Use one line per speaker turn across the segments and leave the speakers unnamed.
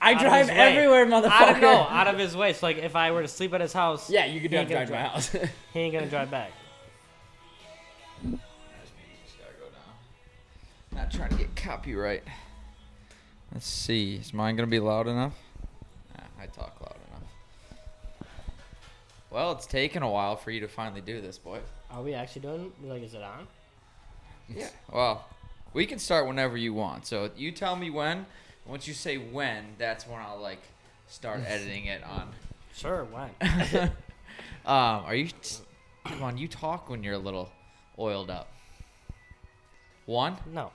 I
out of
drive
his way.
everywhere, motherfucker.
Out of, no, out of his way. So like, if I were to sleep at his house,
Yeah, you could
he
drive
ain't gonna
drive to my house.
He ain't gonna drive back.
Just gotta go down. Not trying to get copyright. Let's see. Is mine gonna be loud enough? Nah, I talk loud enough. Well, it's taken a while for you to finally do this, boy.
Are we actually doing? Like, is it on?
Yeah. Well, we can start whenever you want. So you tell me when. Once you say when, that's when I'll like start editing it on.
Sure. When?
um, are you? Come on, you talk when you're a little oiled up. One
No.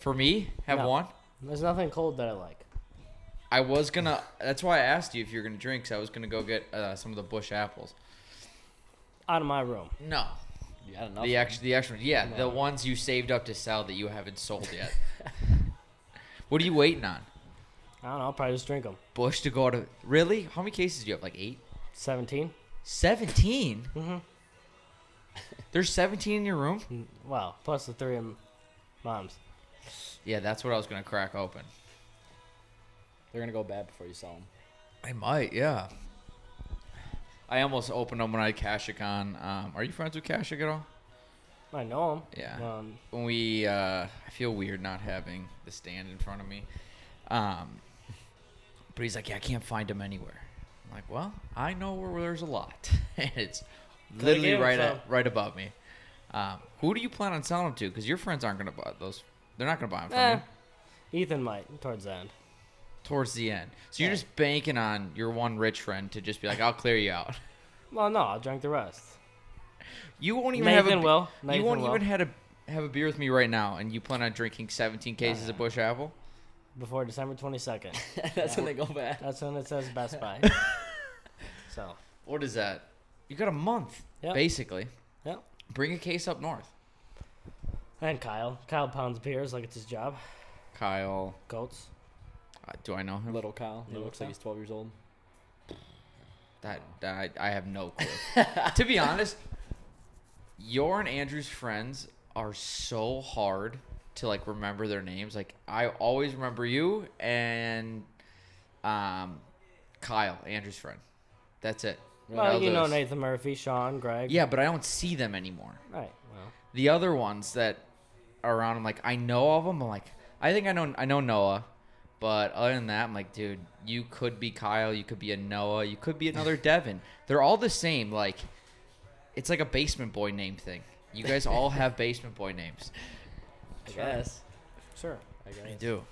for me. Have
No.
one.
There's nothing cold that I like.
I was gonna. That's why I asked you if you're gonna drink. Cause I was gonna go get uh, some of the bush apples.
Out of my room.
No,
you had enough.
the extra, the extra. Yeah, the ones you saved up to sell that you haven't sold yet. what are you waiting on?
I don't know. I'll probably just drink them.
Bush to go out of. Really? How many cases do you have? Like eight?
Seventeen.
17?
Mm-hmm.
Mhm.
There's 17 in your room?
Mm, Wow. Plus the three of moms.
Yeah, that's what I was gonna crack open.
They're gonna go bad before you sell them.
I might, yeah. I almost opened them when I had Kashuk on. Um, are you friends with Kashuk at all?
I know them.
Yeah.
Um,
when we uh, I feel weird not having the stand in front of me. Um, but he's like, yeah, I can't find him anywhere. I'm like, well, I know where there's a lot, and it's
I
literally
gave him
right
some.
at, right above me. Um, who do you plan on selling them to? Because your friends aren't gonna buy those. They're not gonna buy them from
eh,
you
Ethan might towards the end.
towards the end. So you're
Yeah.
just banking on your one rich friend to just be like, I'll clear you out.
Well, no. I'll drink the rest.
You won't even have
Nathan
a be-
will.
you
Nathan
won't
will.
even had a have a beer with me right now, and you plan on drinking 17 cases of Bush Apple.
before December 22nd.
That's when they go bad.
That's when it says Best Buy. so,
what is that? You got a month,
Yep.
basically.
Yep.
Bring a case up north.
and Kyle. Kyle pounds beers like it's his job.
Kyle,
Goats.
uh, do I know him?
Little Kyle. He
Little
looks
Kyle.
like he's 12 years old.
That, that I, I have no clue. to be honest, your and Andrew's friends are so hard to like remember their names. Like I always remember you and um, Kyle, Andrew's friend. That's it.
Well, you know
those.
Nathan Murphy, Sean, Greg.
Yeah, but I don't see them anymore.
Right. Well,
the other ones that are around, I'm like, I know of them. I'm like, I think I know, I know Noah, but other than that, I'm like, dude, you could be Kyle, you could be a Noah, you could be another Devin. They're all the same. Like, it's like a basement boy name thing. You guys all have basement boy names.
I
Sure.
guess.
sure.
I guess.
I do.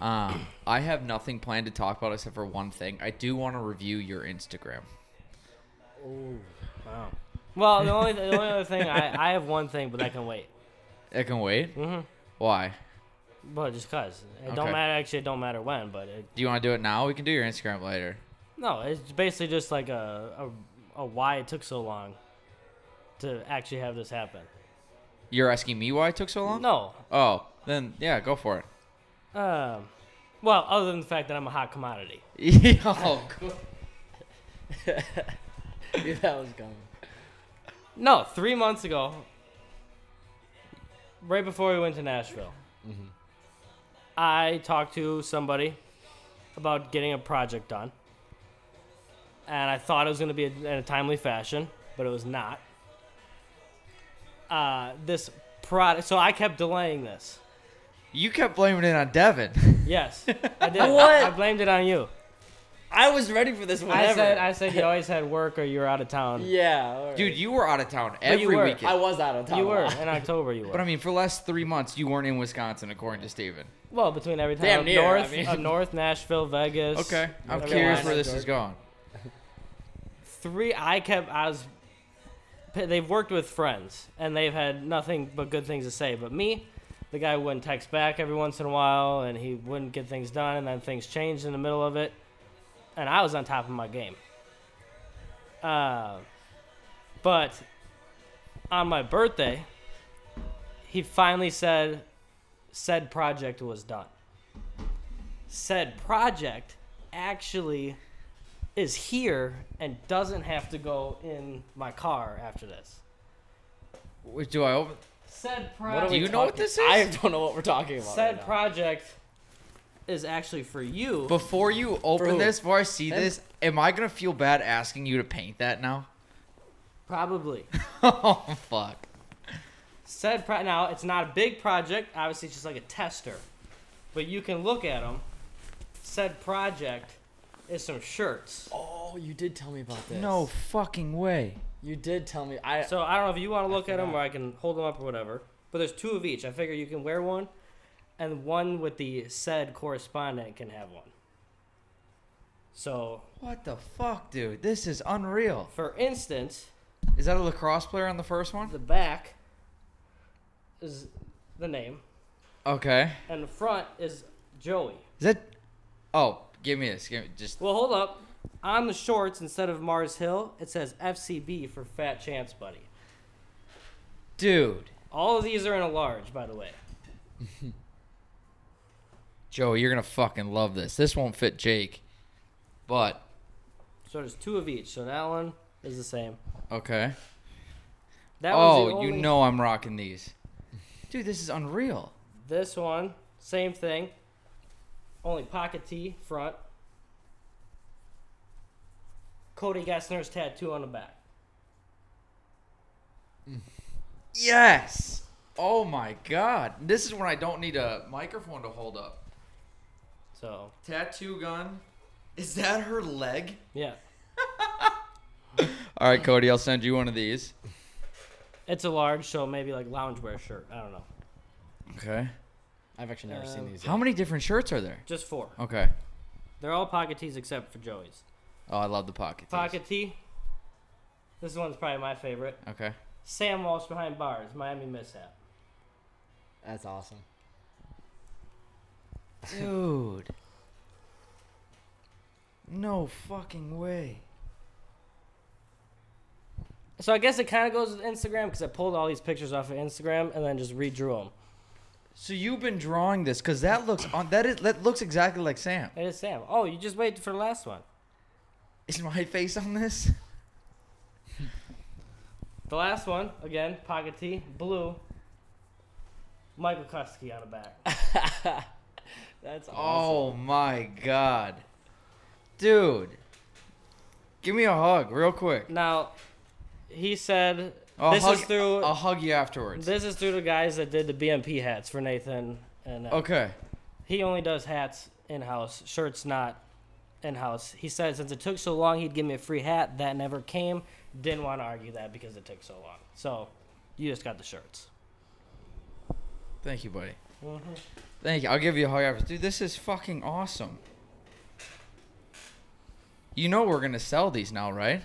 Um, I have nothing planned to talk about except for one thing. I do want to review your Instagram.
Wow. Well, the only the only other thing I, I have one thing, but that can wait.
It can wait.
Mhm.
Why?
Well, just cause it
Mm-hmm. Okay.
don't matter. Actually, it don't matter when, but it,
Do you want to do it now? We can do your Instagram later.
no, it's basically just like a, a a why it took so long to actually have this happen.
You're asking me why it took so long?
No.
Oh, then yeah, go for it.
Um. Well, other than the fact that I'm a hot commodity.
oh, God.
Dude, that was gone.
No, three months ago, right before we went to Nashville, Mm-hmm. I talked to somebody about getting a project done. And I thought it was going to be in a timely fashion, but it was not. Uh, this product, so I kept delaying this.
you kept blaming it on Devin.
Yes, I did.
What?
I blamed it on you.
I was ready for this
I
whenever.
said, I said um, you always had work or you were out of town.
yeah. all right.
Dude, you were out of town
you
every
were.
weekend.
I was out of time.
You were in October. You were.
but I mean, for the last three months, you weren't in Wisconsin, according to Steven.
Well, between every time
Damn
up
near, I
north,
mean.
up north, Nashville, Vegas.
Okay. I'm
North
curious
Carolina.
where this
Georgia.
is going.
Three. I kept. I was. They've worked with friends, and they've had nothing but good things to say. But me, the guy wouldn't text back every once in a while, and he wouldn't get things done, and then things changed in the middle of it, and I was on top of my game. Uh, but on my birthday, he finally said, "Said project was done." Said project actually is here and doesn't have to go in my car after this.
Wait, Do I open?
Said
What are
project.
Do
we
you know what
talking-
this is?
I don't know what we're talking about.
said
right now.
project is actually for you.
Before you open
who?
this, before I see
Him?
this, am I gonna feel bad asking you to paint that now?
Probably.
oh fuck.
Said pro- now it's not a big project. Obviously, it's just like a tester, but you can look at them. Said project is some shirts.
Oh, you did tell me about this.
No fucking way.
you did tell me. I
So I don't know if you want to look at them or
forgot.
I can hold them up or whatever. But there's two of each. I figure you can wear one, and one with the said correspondent can have one. So,
What the fuck, dude? This is unreal.
for instance,
Is that a lacrosse player on the first one?
the back is the name,
Okay.
and the front is Joey.
Is that? Oh, give me this. Give me just.
Well, hold up. On the shorts, instead of Mars Hill, it says FCB for Fat Chance Buddy.
Dude,
All of these are in a large, by the way.
Joe, you're gonna fucking love this. This won't fit Jake, but
So there's two of each. So that one is the same.
okay.
That was the
Oh,
only,
you know I'm rocking these, dude. This is unreal.
This one, same thing. Only pocket tee front. Cody Gessner's tattoo on the back.
Yes. Oh my god. This is when I don't need a microphone to hold up.
So
Tattoo gun. Is that her leg?
yeah,
All right, Cody. I'll send you one of these.
it's a large, so maybe like loungewear shirt. I don't know.
Okay.
I've actually never seen
Um,
these.
How many different shirts are there?
Just four.
Okay.
They're all pocket tees except for Joey's.
Oh, I love the pocket. tees.
Pocket tee. This one's probably my favorite.
Okay.
Sam Walsh behind bars, Miami mishap.
That's awesome.
Dude. No fucking way.
So I guess it kind of goes with Instagram because I pulled all these pictures off of Instagram and then just redrew them.
So you've been drawing this because that looks on that is that looks exactly like Sam.
It is Sam. Oh, you just wait for the last one.
Is my face on this?
The last one, again, pocket tee, blue. Michael Kusky on the back.
That's awesome.
Oh my god, dude. Give me a hug real quick.
Now, he said
I'll
this
hug,
is through
I'll hug you afterwards.
this is through the guys that did the BMP hats for Nathan, and uh,
okay.
he only does hats in house, shirts not in house. He said since it took so long, he'd give me a free hat. That never came. Didn't want to argue that because it took so long. So, you just got the shirts.
Thank you, buddy. Thank you. I'll give you a hug afterwards. Dude, this is fucking awesome. You know we're gonna sell these now, right?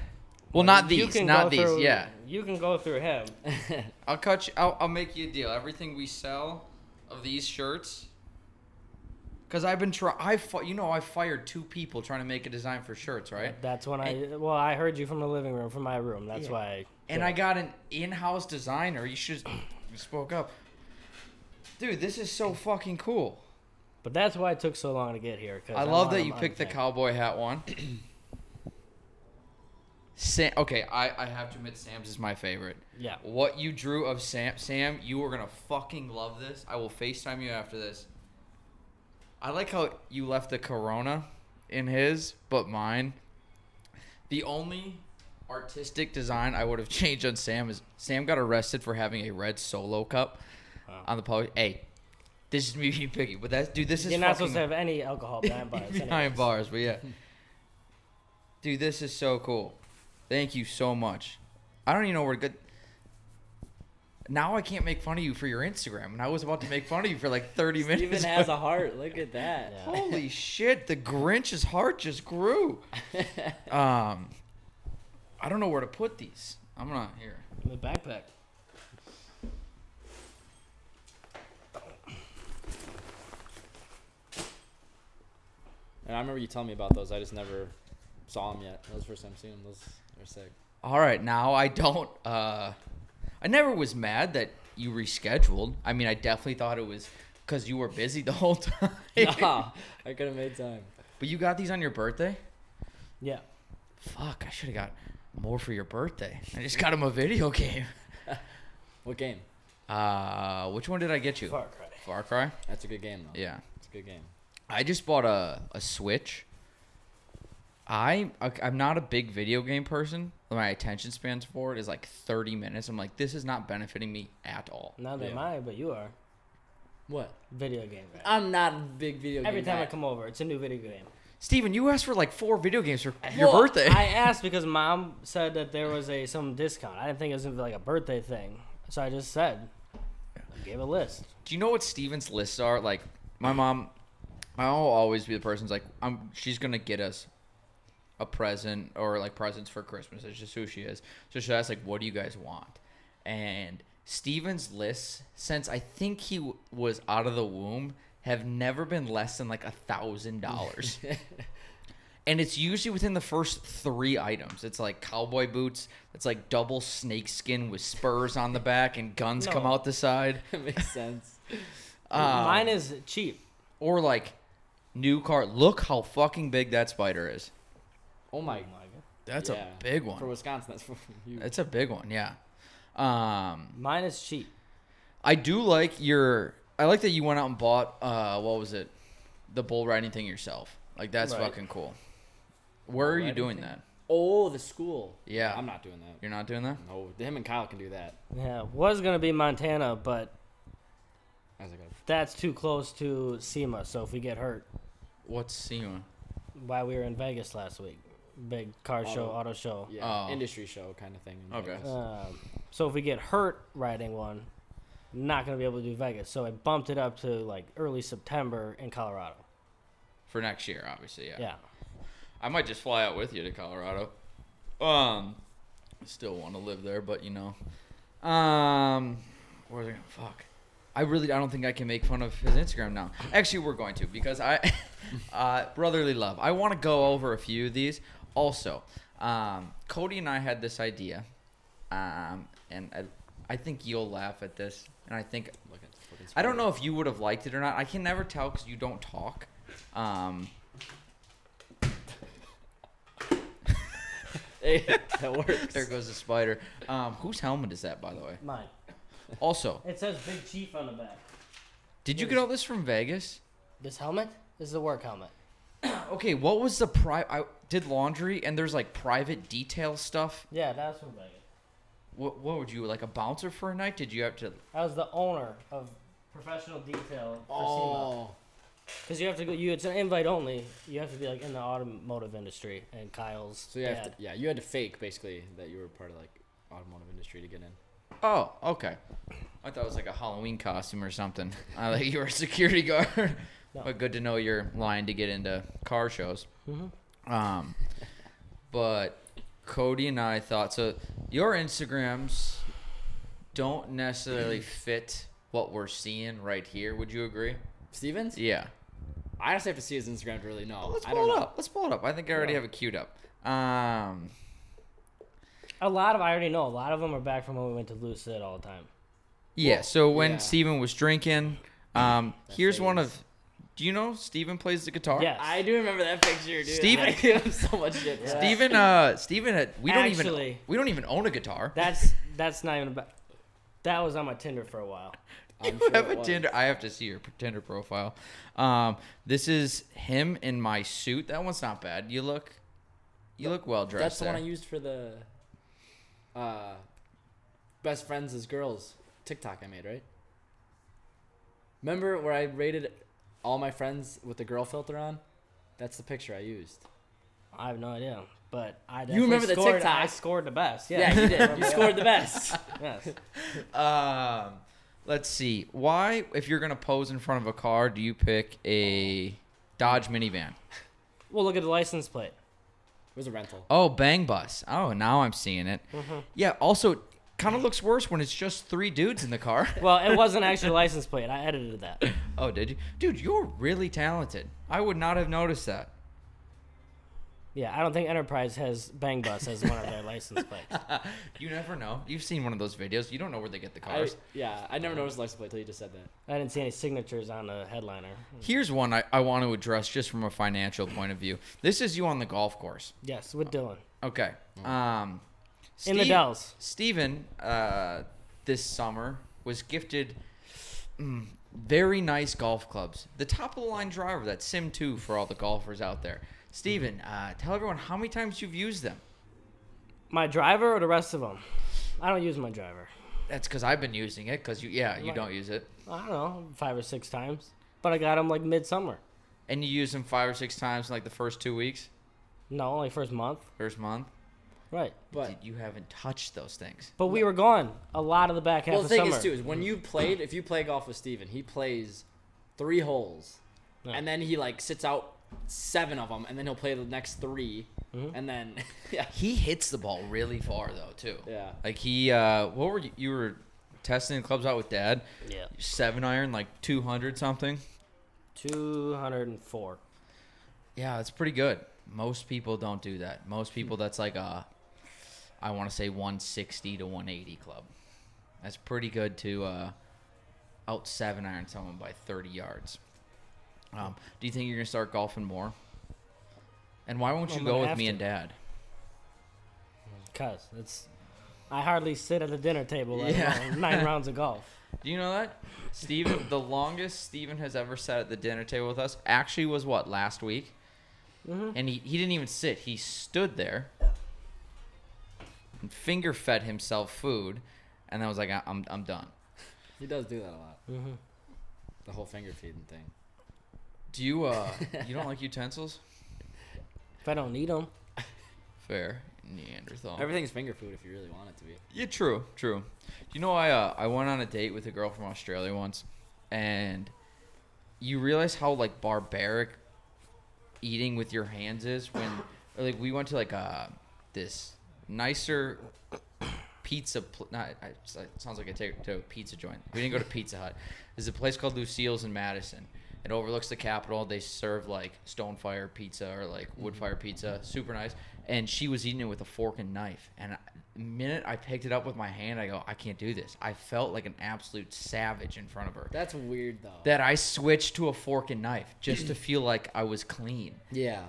Well, not
You
these.
can go
Not these.
through-
Yeah.
You can go through him.
I'll cut you. I'll, I'll make you a deal. Everything we sell of these shirts, because I've been try. I fi- you know I fired two people trying to make a design for shirts, right?
That's when I well, I heard you from the living room, from my room. That's
Yeah.
why. I,
And I got an in-house designer. You should you spoke up, dude. This is so fucking cool.
but that's why it took so long to get here. 'cause
I
I'm
love
on
that
them
you
on
picked the
thing.
cowboy hat one. Sam, okay, I, I have to admit Sam's is my favorite.
Yeah.
What you drew of Sam, Sam, you are gonna fucking love this. I will FaceTime you after this. I like how you left the Corona in his, but mine. The only artistic design I would have changed on Sam is Sam got arrested for having a red solo cup
Wow.
on the public. Hey, this is me being picky, but that's dude, this is
You're not
fucking
supposed to have any alcohol behind bars. anyway.
behind bars, but yeah. Dude, this is so cool. Thank you so much. I don't even know where to good. Now I can't make fun of you for your Instagram, and I was about to make fun of you for like 30
Steven
minutes.
has a heart. Look at that.
Yeah.
Holy shit! The Grinch's heart just grew. Um, I don't know where to put these. I'm not here.
In the backpack.
And I remember you telling me about those. I just never saw them yet. That was the first time seeing them. Those are sick.
All right, now I don't. Uh, I never was mad that you rescheduled. I mean, I definitely thought it was because you were busy the whole time.
nah, I could have made time.
But you got these on your birthday?
Yeah.
Fuck, I should have got more for your birthday. I just got him a video game.
What game?
Uh, which one did I get you?
Far Cry.
Far Cry?
That's a good game though.
Yeah.
it's a good game.
I just bought a, a Switch. I ok- I'm not a big video game person. My attention spans for it is like 30 minutes. I'm like, this is not benefiting me at all.
Not that
Yeah.
I, but you are.
What?
Video game. Right?
I'm not a big video
Every
game
time I
guy.
come over, it's a new video game.
Steven, you asked for like four video games for your
Well,
birthday.
I asked because mom said that there was a some discount. I didn't think it was gonna be like a birthday thing, so I just said, I gave a list.
Do you know what Steven's lists are? Like, my mom, my mom will always be the person's like, I'm, she's gonna get us a present or like presents for Christmas. It's just who she is. So she asks like, what do you guys want? And Steven's lists, since I think he w- was out of the womb, have never been less than like a thousand dollars. And it's usually within the first three items. It's like cowboy boots. It's like double snakeskin with spurs on the back and guns come
No.
out the side.
makes sense.
Um,
Mine is cheap.
or like new car. Look how fucking big that spider is.
Oh my.
Oh my God.
That's
Yeah.
a big
For
one.
Wisconsin, that's for you.
It's a big one. Yeah. Um,
Mine is cheap.
I do like your. I like that you went out and bought. Uh, what was it? The bull riding thing yourself. Like that's
Right.
fucking cool. Where are you
riding
doing
thing?
that?
Oh, the school.
Yeah.
I'm not doing that.
You're not doing that.
No, him and Kyle can do that.
Yeah, was gonna be Montana, but
I was like,
that's too close to SEMA. So if we get hurt,
What's SEMA?
why we were in Vegas last week, big car show,
Auto.
auto show.
yeah,
Oh.
industry show kind of thing. in
Okay.
Vegas.
Um, so if we get hurt riding one, not gonna be able to do Vegas. So I bumped it up to like early September in Colorado.
For next year, obviously. Yeah.
Yeah.
I might just fly out with you to Colorado. Um, I still want to live there, but you know, um, where are they gonna fuck? I really, I don't think I can make fun of his Instagram now. Actually, we're going to because I, uh, brotherly love. I want to go over a few of these. Also, um, Cody and I had this idea, um, and I, I think you'll laugh at this, and I think
Look at the fucking
I don't
spider.
know if you would have liked it or not. I can never tell because you don't talk. Um,
Hey, that works.
there goes the spider. Um, whose helmet is that, by the way?
Mine.
Also,
It says Big Chief on the back.
did you get all this from Vegas?
This helmet? This is a work helmet.
Okay, what was the private? I did laundry, and there's like private detail stuff.
Yeah, that's from Vegas.
What, what would you like a bouncer for a night? Did you have to?
I was the owner of professional detail for SEMA.
Oh,
Because you have to go. You it's an invite only. You have to be like in the automotive industry and Kyle's.
so you have
dad.
to, yeah, you had to fake basically that you were part of like automotive industry to get in.
Oh, okay. I thought it was like a Halloween costume or something. I like you were a security guard.
No.
But good to know you're lying to get into car shows.
Mhm.
Mm-hmm.
Um, but Cody and I thought so. Your Instagrams don't necessarily fit what we're seeing right here. Would you agree?
Stevens?
Yeah.
I honestly have to see his Instagram to really know.
Let's
I don't
pull it
know.
up. Let's pull it up. I think I already
Yeah.
have it queued up. Um,
A lot of I already know. A lot of them are back from when we went to Lucid all the time.
yeah. So when
yeah.
Steven was drinking, um,
That
here's one
phase.
of. Do you know Steven plays the guitar?
Yes.
I do remember that picture, dude.
Steven-
I gave him so much shit. for that.
Steven, uh, Steven, had, we don't even
Actually-
we don't even own a guitar.
That's that's not even about. That was on my Tinder for a while.
I'm
you
sure
have
it
a
was.
Tinder. I have to see your Tinder profile. Um, this is him in my suit. That one's not bad. You look, you look well dressed.
That's the one I
there.
used for the uh, best friends as girls TikTok I made, right? Remember where I rated all my friends with the girl filter on? That's the picture I used.
I have no idea, but I
You remember
definitely
the
scored,
TikTok?
I scored the best.
Yeah,
Yeah.
you did. You scored the best.
yes.
Um, let's see. Why, if you're gonna pose in front of a car, do you pick a Dodge minivan?
Well, look at the license plate.
It was a rental.
Oh, bang bus. Oh, now I'm seeing it.
Mm-hmm.
Yeah. Also, kind of looks worse when it's just three dudes in the car.
Well, it wasn't actually a license plate. I edited that.
oh, did you, dude? You're really talented. I would not have noticed that.
Yeah, I don't think Enterprise has Bang Bus as one of their license plates.
You never know. You've seen one of those videos. You don't know where they get
Oh,
the
I,
cars.
yeah, I never noticed the license plate until you just said that.
I didn't see any signatures on the headliner.
Here's one I, I want to address just from a financial point of view. This is you on the golf course.
Yes, with Dylan
Okay. Um,
Hmm. in the
Steve-
Dells.
Steven, uh, this summer was gifted mm, very nice golf clubs. The top of the line driver, that Sim 2 for all the golfers out there. Steven,
Hmm.
uh, tell everyone how many times you've used them.
My driver or the rest of them? I don't use my driver.
That's because I've been using it. Because you, yeah, you
Right.
don't use it,
I don't know, five or six times. But I got him like midsummer.
and you use them five or six times in like the first two weeks,
No, only first month.
first month.
Right.
But
Dude, you haven't touched those things.
But we were gone a lot of the back half
well, the
of
thing
summer.
is too is when you played, if you play golf with Steven, he plays three holes,
Yeah.
and then he like sits out seven of them, and then he'll play the next 3
Mm-hmm.
and then yeah,
He hits the ball really far though, too.
yeah.
Like he, uh, what were you? You were testing the clubs out with Dad.
yeah.
Seven iron, like two hundred something.
204.
Yeah, that's pretty good. Most people don't do that. Most people, that's like a, I want to say 160 to 180 club. That's pretty good to uh, out seven iron someone by 30 yards. Um, do you think you're gonna start golfing more? And why won't you
I'm
go
gonna
with
have
me
to.
and Dad?
Cuz it's I hardly sit at the dinner table let
Yeah.
alone nine rounds of golf.
Do you know that Steven, the longest Steven has ever sat at the dinner table with us actually was what last week, and he, he didn't even sit. He stood there and finger fed himself food, and I was like, I- I'm I'm done.
He does do that a lot.
Mm-hmm.
The whole finger feeding thing.
Do you uh you don't like utensils?
If I don't need them,
Fair Neanderthal.
Everything's finger food if you really want it to be.
Yeah, true, true. You know, I uh, I went on a date with a girl from Australia once, and you realize how like barbaric eating with your hands is when or, like we went to like uh this nicer pizza pl- not I, it sounds like I take to a pizza joint. We didn't go to Pizza Hut. There's a place called Lucille's in Madison. It overlooks the Capitol. They serve like stone fire pizza or like wood fire pizza. Super nice. And she was eating it with a fork and knife. And I- the minute I picked it up with my hand, I go, I can't do this. I felt like an absolute savage in front of her.
That's weird though.
That I switched to a fork and knife just to feel like I was clean.
yeah.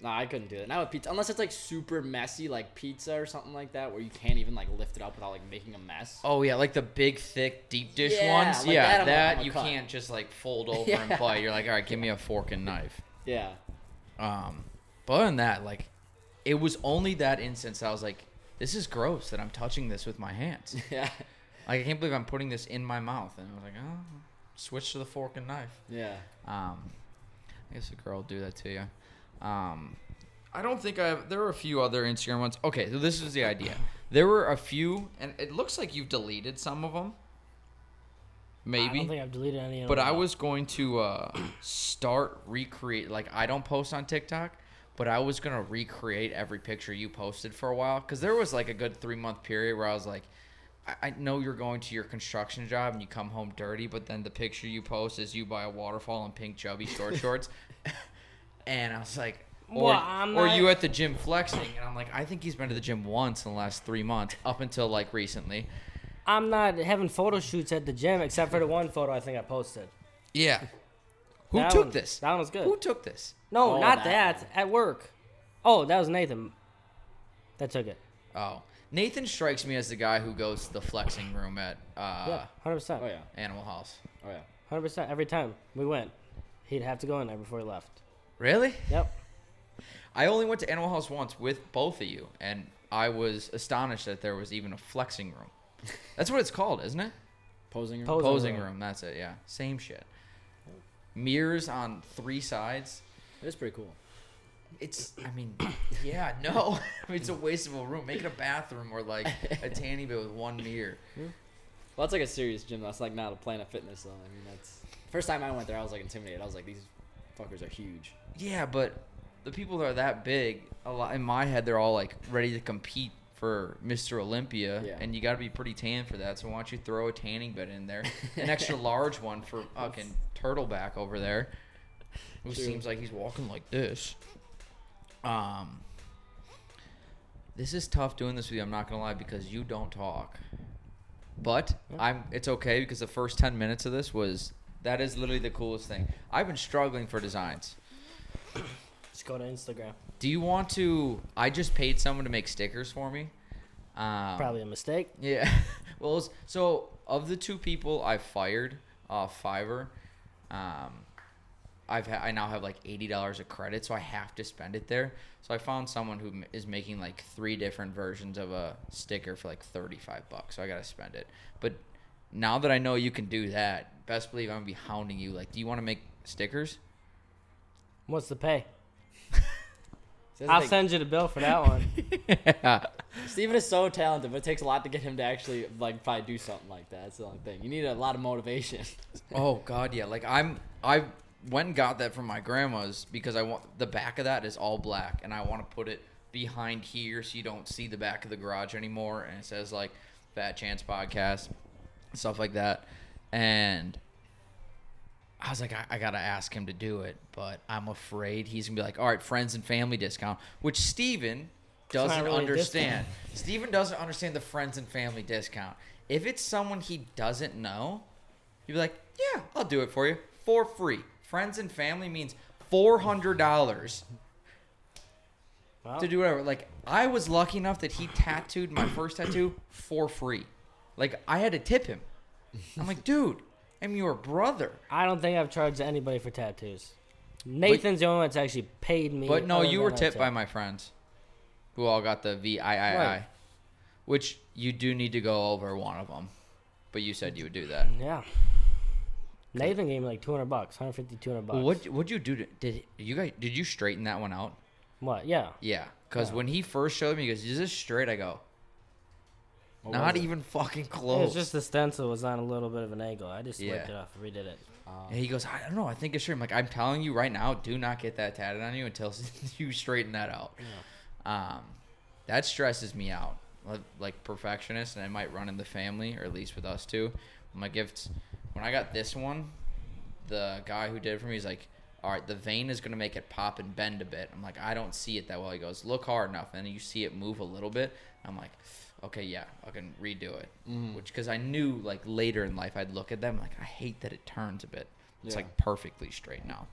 No, I couldn't do that. Not with pizza, unless it's like super messy, like pizza or something like that, where you can't even like lift it up without like making a mess.
Oh yeah, like the big thick deep dish
Yeah,
ones.
like
yeah,
that
that,
I'm a- I'm a
you
cut.
can't just like fold over
Yeah.
and bite. You're like, all right, give me a fork and knife.
Yeah.
Um, but other than that, like, it was only that instance I was like, this is gross that I'm touching this with my hands.
Yeah.
like, I can't believe I'm putting this in my mouth. And I was like, oh, switch to the fork and knife.
Yeah.
Um, I guess a girl will do that to you. Um, I don't think I have. There were a few other Instagram ones. Okay, so this is the idea. There were a few, and it looks like you've deleted some of them. Maybe
I don't think I've deleted any of
but
them.
I was going to uh, start recreate. Like I don't post on TikTok, but I was gonna recreate every picture you posted for a while because there was like a good three month period where I was like, I-, I know you're going to your construction job and you come home dirty, but then the picture you post is you by a waterfall in pink chubby short shorts, and I was like. Or,
Well, I'm
or
not-
you at the gym flexing, and I'm like, I think he's been to the gym once in the last three months, up until like recently.
I'm not having photo shoots at the gym except for the one photo I think I posted.
Yeah. Who
That
took
one-
this?
That one was good.
Who took this?
No,
Oh,
not
that
that. At work. Oh, that was Nathan. That took it.
Oh, Nathan strikes me as the guy who goes to the flexing room at uh,
Yeah, hundred percent.
Oh yeah.
Animal House.
Oh yeah.
Hundred percent. Every time we went, he'd have to go in there before he left.
Really?
Yep.
I only went to Animal House once with both of you, and I was astonished that there was even a flexing room. That's what it's called, isn't it?
Posing. Room.
Pos- Posing
Posing
room.
room. That's it. Yeah, same shit. Mirrors on three sides.
it is pretty cool.
It's. I mean, yeah, no. I mean, it's a waste of a room. Make it a bathroom or like a tanning bed with one mirror.
Well, that's like a serious gym. That's like not a Planet Fitness though. I mean, that's first time I went there. I was like intimidated. I was like, these fuckers are huge.
Yeah, but the people that are that big, a lot in my head, they're all like ready to compete for Mr. Olympia,
Yeah.
and you got to be pretty tan for that. So why don't you throw a tanning bed in there, an extra large one for fucking turtleback over there, who
True.
seems like he's walking like this. Um, this is tough doing this with you. I'm not gonna lie because you don't talk. But I'm it's okay because the first 10 minutes of this was that is literally the coolest thing. I've been struggling for designs.
Just go to Instagram.
Do you want to? I just paid someone to make stickers for me. Um,
Ah.
Probably a mistake.
Yeah. well, it was- so of the two people I fired, uh, off Fiverr. Um, I've ha- I now have like eighty dollars of credit, so I have to spend it there. So I found someone who m- is making like three different versions of a sticker for like thirty five bucks. So I gotta spend it. But now that I know you can do that, best believe I'm gonna be hounding you. Like, do you want to make stickers?
What's the pay?
See, that's the
I'll
thing.
send you the bill for that one.
Steven is so talented, but it takes a lot to get him to actually like probably do something like that. That's the only thing. You need a lot of motivation.
oh God, yeah. Like I'm I went and got that from my grandma's because I want the back of that is all black, and I want to put it behind here so you don't see the back of the garage anymore. And it says like Fat Chance Podcast, stuff like that. And I was like, I, I gotta ask him to do it, but I'm afraid he's gonna be like, all right, friends and family discount, which Steven
not
doesn't
really a
understand. Steven doesn't understand the friends and family discount. If it's someone he doesn't know, he'd be like, yeah, I'll do it for you for free. Friends and family means four hundred dollars
Well,
to do whatever. Like I was lucky enough that he tattooed my first tattoo for free. Like I had to tip him. I'm like, dude, I'm your brother.
I don't think I've charged anybody for tattoos. Nathan's the only one that's actually paid me.
But no,
other
you
than
were
I
tipped
Oh, tip.
by my friends, who all got the VIII,
Right.
which you do need to go over one of them. But you said you would do that.
Yeah. Nathan gave me like 200 buks, 150, 200 bucks.
What would you do? To, did you guys? Did you straighten that one out?
What? Yeah.
Yeah, because when he first showed me, he goes, "Is this straight?" I go, "Not even fucking
It
close."
was just the stencil was on a little bit of an angle. I just
Oh. Yeah.
slipped it off, and redid it.
and he goes, "I don't know. I think it's straight." I'm like, "I'm telling you right now, do not get that tatted on you until you straighten that out." Um, that stresses me out. Like- Like perfectionist, and it might run in the family, or at least with us too. My gifts. When I got this one, the guy who did it for me is like, "All right, the vein is gonna make it pop and bend a bit." I'm like, "I don't see it that well." He goes, "Look hard enough," and you see it move a little bit. I'm like, "Okay, yeah, I can redo it," which because I knew like later in life I'd look at them like, "I hate that it turns a bit." It's
Yeah.
like perfectly straight now.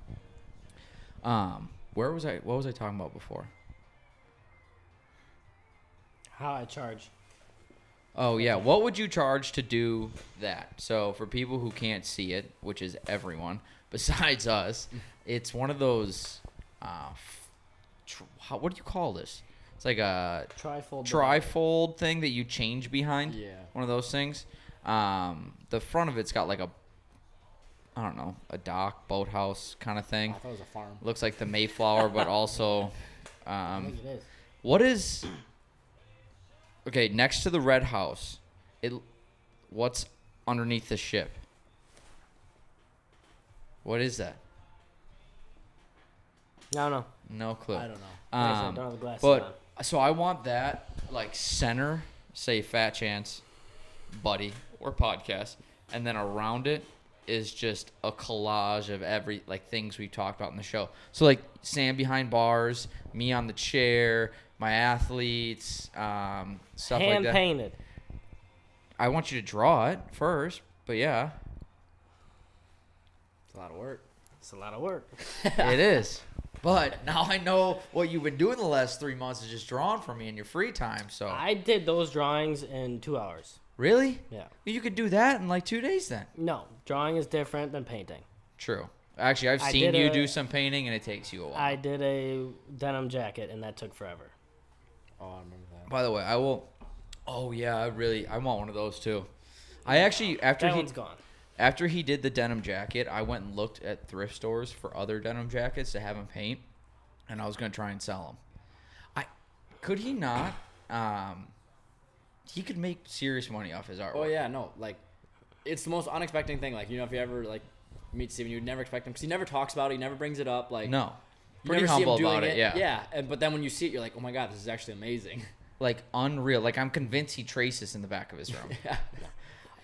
Um, where was I? What was I talking about before?
How I charge?
Oh yeah, what would you charge to do that? So for people who can't see it, which is everyone besides us, it's one of those. Uh, f- tr- how, what do you call this? It's like a
Trifold.
trifold thing that you change behind.
Yeah.
One of those things. Um, the front of it's got like a, I don't know, a dock, boathouse kind of
I
thing.
thought it was a farm.
Looks like the Mayflower, but also,
I
um,
think it is.
what is okay next to the red house? It what's underneath the ship? What is that?
No, no.
No clue.
I don't know.
Like I said,
Um,
don't have the glasses
but so I want that like center, say Fat Chance, Buddy, or podcast, and then around it is just a collage of every like things we've talked about in the show. So like Sam behind bars, me on the chair, my athletes, um,
on.
stuff
Hand
like that.
painted.
I want you to draw it first, but yeah,
It's a lot of work.
It's a lot of work.
it is. But now I know what you've been doing the last three months is just drawing for me in your free time. So
I did those drawings in two hours.
really,
Yeah.
You could do that in like two days then.
No, drawing is different than painting.
True. Actually, I've
I
seen
did
you
a-
do some painting and it takes you a while.
I did a denim jacket, and that took forever.
Oh, I remember that.
By the way, I will. Oh yeah, I really I want one of those too. I actually after
That
he
one's gone.
after he did the denim jacket, I went and looked at thrift stores for other denim jackets to have him paint, and I was gonna try and sell them. I could he not? Um, he could make serious money off his artwork.
Oh yeah, no, like it's the most unexpected thing. Like you know, if you ever like meet Steven, you'd never expect him because he never talks about it. He never brings it up. Like
No,
you
pretty
never see him
humble
doing
about it. Yeah.
Yeah, and, but then when you see it, you're like, oh my god, this is actually amazing.
like unreal. Like I'm convinced he traces in the back of his room.
yeah.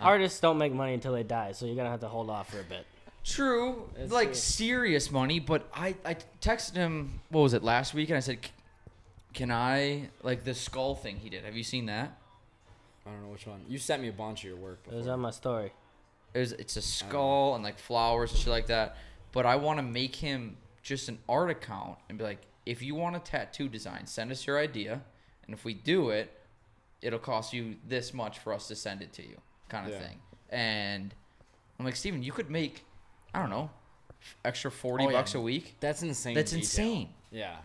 Artists don't make money until they die, so you're gonna have to hold off for a bit.
True,
That's
like
true.
serious money. But I, I texted him. What was it last week? And I said, "C- "Can I like the skull thing he did? Have you seen that?
I don't know which one. You sent me a bunch of your work.
It
Before.
was on my story.
It was, it's a skull and like flowers and shit like that. But I want to make him just an art account and be like, if you want a tattoo design, send us your idea, and if we do it, it'll cost you this much for us to send it to you, kind of
Yeah.
thing. And I'm like, Steven, you could make, I don't know, extra 40
Oh, yeah.
bucks a week.
That's insane.
That's
detail.
insane.
Yeah.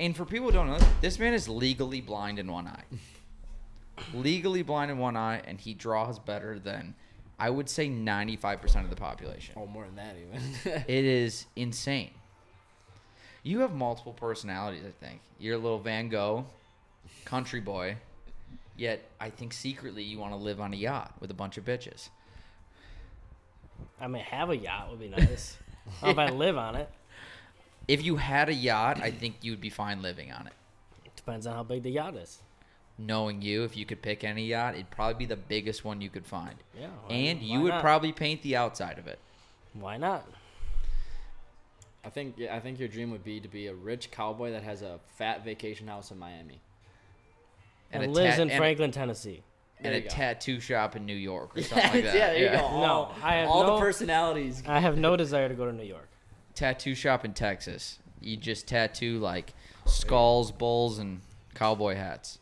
And for people who don't know, this, this man is legally blind in one eye. legally blind in one eye, and he draws better than I would say 95% of the population.
Oh, more than that even.
It is insane. You have multiple personalities, I think. You're a little Van Gogh, country boy, yet I think secretly you want to live on a yacht with a bunch of bitches.
I mean, have a yacht would be nice. Or If I live on it,
If you had a yacht, I think you'd be fine living on it.
depends on how big the yacht is.
Knowing you, if you could pick any yacht, it'd probably be the biggest one you could find.
Yeah. why-
And you
why
would
not?
probably paint the outside of it.
Why not?
I think yeah, I think your dream would be to be a rich cowboy that has a fat vacation house in Miami.
And,
a
lives
tat-
in
and a-
Franklin, Tennessee.
And
There
a
you go.
tattoo shop in New York or something like that.
yeah, there you go.
No,
All,
I have
all
no-
the personalities.
I have no desire to go to New York.
tattoo shop in Texas. You just tattoo like skulls, bulls, and cowboy hats.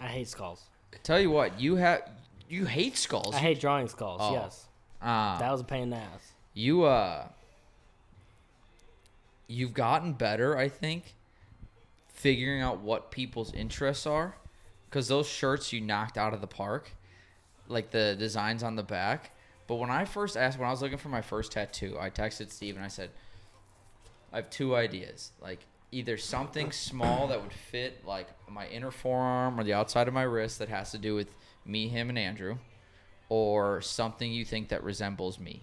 I hate skulls.
Tell you what, you have you hate skulls.
I hate drawing skulls.
Oh.
Yes,
Uh,
that was a pain in the ass.
you uh, you've gotten better, I think, figuring out what people's interests are, because those shirts you knocked out of the park, like the designs on the back. But when I first asked, when I was looking for my first tattoo, I texted Steve and I said, I have two ideas. Like either something small that would fit like my inner forearm or the outside of my wrist that has to do with me, him, and Andrew, or something you think that resembles me.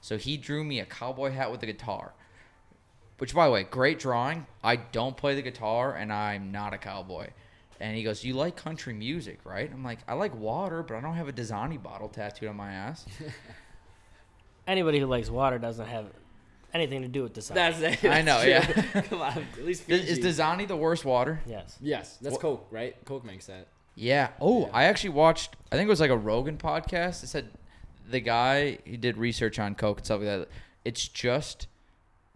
So he drew me a cowboy hat with a guitar. Which by the way, great drawing. I don't play the guitar and I'm not a cowboy. And he goes, You like country music, right? I'm like, I like water, but I don't have a Dasani bottle tattooed on my ass.
Anybody who likes water doesn't have anything to do with this.
That's it.
I know,
That's
yeah.
true. Come on, at least Fiji.
Is, is Dasani the worst water?
yes.
yes, that's
What-
Coke, right? Coke makes that.
Yeah. Oh,
Yeah.
I actually watched. I think it was like a Rogan podcast. It said the guy he did research on Coke and stuff like that. It's just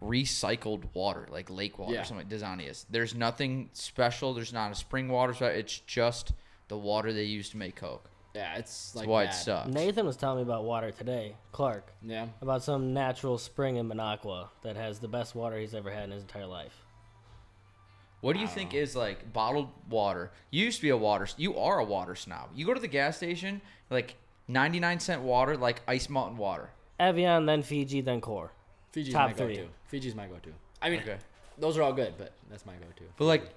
recycled water, like lake water,
Yeah.
or something. like Dasani is. There's nothing special. There's not a spring water. So it's just the water they use to make Coke.
Yeah, it's
That's
like
why it
mad.
sucks.
Nathan was telling me about water today, Clark,
Yeah,
about some natural spring in Minocqua that has the best water he's ever had in his entire life.
What do you think is like bottled water? You used to be a water. You are a water snob. You go to the gas station, like 99 cent water, like ice mountain water.
Evian, then Fiji, then Core.
Fiji's
Top
my
three.
go-to. Fiji's my go-to. I mean,
Okay.
those are all good, but that's my go-to.
But like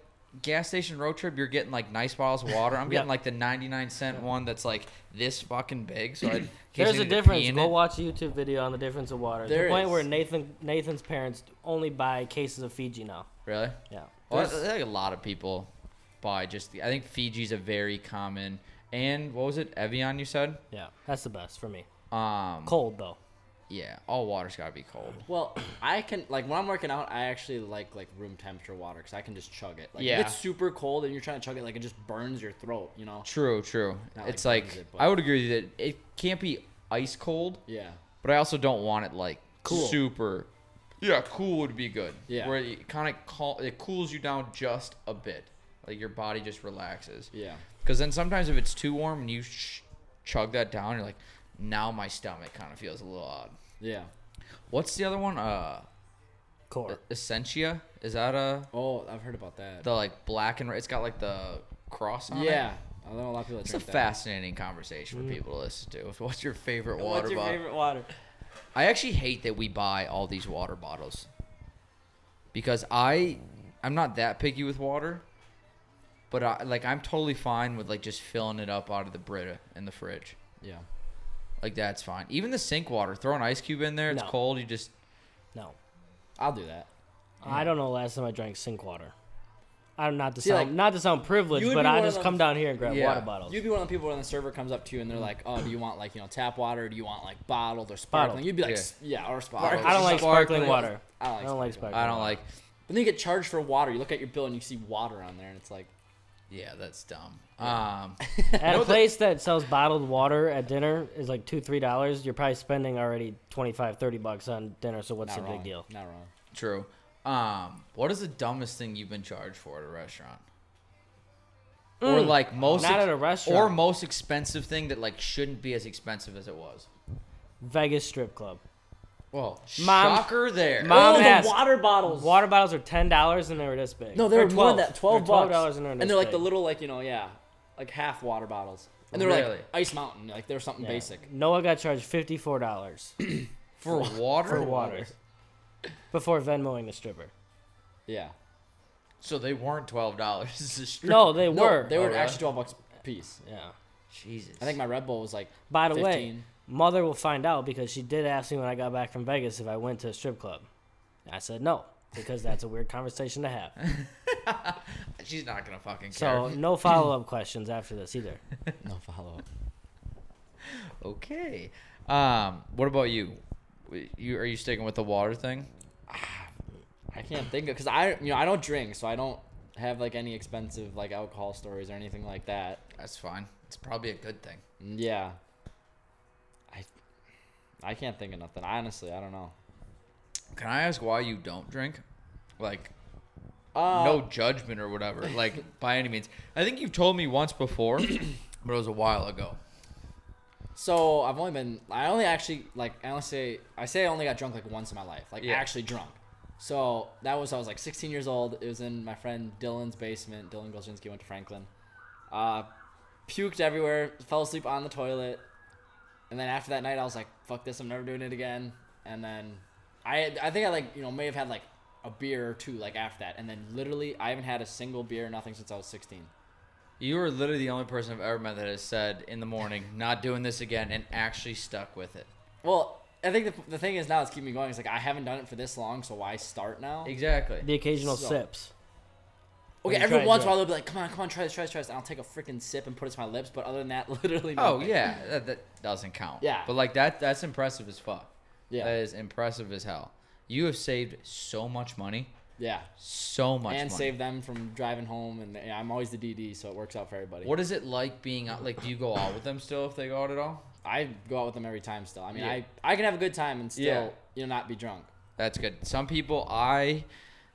gas station road trip, you're getting like nice bottles of water. I'm getting
Yeah.
like the 99 cent one that's like this fucking big. So I, in case I
There's
need
a
to pee
difference.
in
Go
it-
watch a YouTube video on the difference of water. There
There
the point
is.
where Nathan Nathan's parents only buy cases of Fiji now.
Really?
Yeah.
Well, I I think a lot of people buy just. I think Fiji's a very common. And what was it? Evian, you said?
Yeah. That's the best for me.
Um,
Cold though.
yeah, all water's gotta be cold.
Well, I can like when I'm working out, I actually like like room temperature water because I can just chug it. Like,
Yeah.
If it's super cold and you're trying to chug it, like it just burns your throat. You know.
True, true.
Not
it's
like
like,
brings it, but-
I would agree that it can't be ice cold,
Yeah.
but I also don't want it like
Cool.
super. Yeah, cool would be good.
Yeah.
where it kind of cal- it cools you down just a bit, like your body just relaxes.
Yeah.
Because then sometimes if it's too warm and you sh- chug that down, you're like, now my stomach kind of feels a little odd.
Yeah.
What's the other one? Uh,
Core.
Essentia is that a
Oh, I've heard about that.
the like black and red? It's got like the cross on it.
yeah. I know a lot of people. That
It's a
drink that.
fascinating conversation for people to listen to. What's your favorite water
What's your
bottle?
favorite water?
I actually hate that we buy all these water bottles because I I'm not that picky with water, but I like I'm totally fine with like just filling it up out of the Brita in the fridge.
Yeah.
Like that's fine. Even the sink water, throw an ice cube in there. It's
No.
cold. You just
No.
I'll do that.
I don't know the last time I drank sink water. I'm not to
See,
sound
like,
not to sound
you
privileged,
would
but
be
I
one of
just come
those-
down here and grab
Yeah.
water bottles.
You'd be one of the people when the server comes up to you and they're like, "Oh, do you want like you know tap water? Do you want like bottled or sparkling?" You'd be like,
Yeah.
"S- "Yeah, or
Bottled.
sparkling."
I don't like sparkling
Sparkling.
water.
I don't like
sparkling.
I don't
water.
like.
But then you get charged for water. You look at your bill and you see water on there, and it's like,
Yeah, that's dumb. Um,
At
No,
a
the-
place that sells bottled water at dinner is like two, three dollars. You're probably spending already 25, 30 bucks on dinner. So what's
not
the
wrong.
big deal?
Not wrong.
true. Um, what is the dumbest thing you've been charged for at a restaurant? or like most
Mm. Not
ex-
at a restaurant.
or most expensive thing that like shouldn't be as expensive as it was.
Vegas strip club.
Well,
Mom-
shocker there.
Mom-
oh,
asked-
the water bottles.
Water bottles are ten dollars and they were this big.
No, they
Or
were more than that. Twelve
They're twelve
bucks.
dollars and they were
and
this
they're like the
big.
little, like you know, yeah, like half water bottles. And they were like
Really?
Ice Mountain, like they were something
Yeah.
basic.
Noah got charged fifty four dollars
for water.
for water before Venmoing the stripper.
Yeah.
So they weren't twelve dollars.
No, they
No,
were.
they were
Oh,
actually twelve bucks a piece.
Yeah.
Jesus.
I think my Red Bull was like.
By the
15.
way, mother will find out because she did ask me when I got back from Vegas if I went to a strip club. I said no because that's a weird conversation to have.
she's not gonna fucking
So
care.
no follow up questions after this either.
No follow up.
okay. Um, what about you? W- You are you sticking with the water thing?
I can't think of because I you know I don't drink, so I don't have like any expensive like alcohol stories or anything like that. Mm,
That's fine. It's probably a good thing.
Yeah. I I can't think of nothing. Honestly, I don't know.
Can I ask why you don't drink? Like
Uh,
no judgment or whatever, like by any means. I think you've told me once before, but it was a while ago.
So I've only been. I only actually like. I only say. I say I only got drunk like once in my life. Like
Yeah.
actually drunk. So that was I was like 16 years old. It was in my friend Dylan's basement. Dylan Golzinski went to Franklin. Uh, puked everywhere. Fell asleep on the toilet. And then after that night, I was like, "Fuck this! I'm never doing it again." And then, I I think I like you know may have had like a beer or two like after that. And then literally, I haven't had a single beer, nothing since I was 16.
You are literally the only person I've ever met that has said in the morning, not doing this again, and actually stuck with it.
Well, I think the, the thing is now it's keeping me going. It's like I haven't done it for this long, so why start now?
Exactly.
The occasional
So-
sips.
Okay,
you
every
try
once in
to
a while they'll be like, "Come on, come on, try this, try this, try this," and I'll take a freaking sip and put it to my lips. But other than that, literally.
Oh
nothing.
yeah, that, that doesn't count.
Yeah.
But like that, that's impressive as fuck.
Yeah.
That is impressive as hell. You have saved so much money,
yeah,
so much
and
money.
save them from driving home. And yeah, I'm always the DD, so it works out for everybody.
What is it like being out? Like, do you go out with them still if they go out at all?
I go out with them every time. Still, I mean,
Yeah.
I I can have a good time and still
Yeah.
you know not be drunk.
That's good. Some people, I,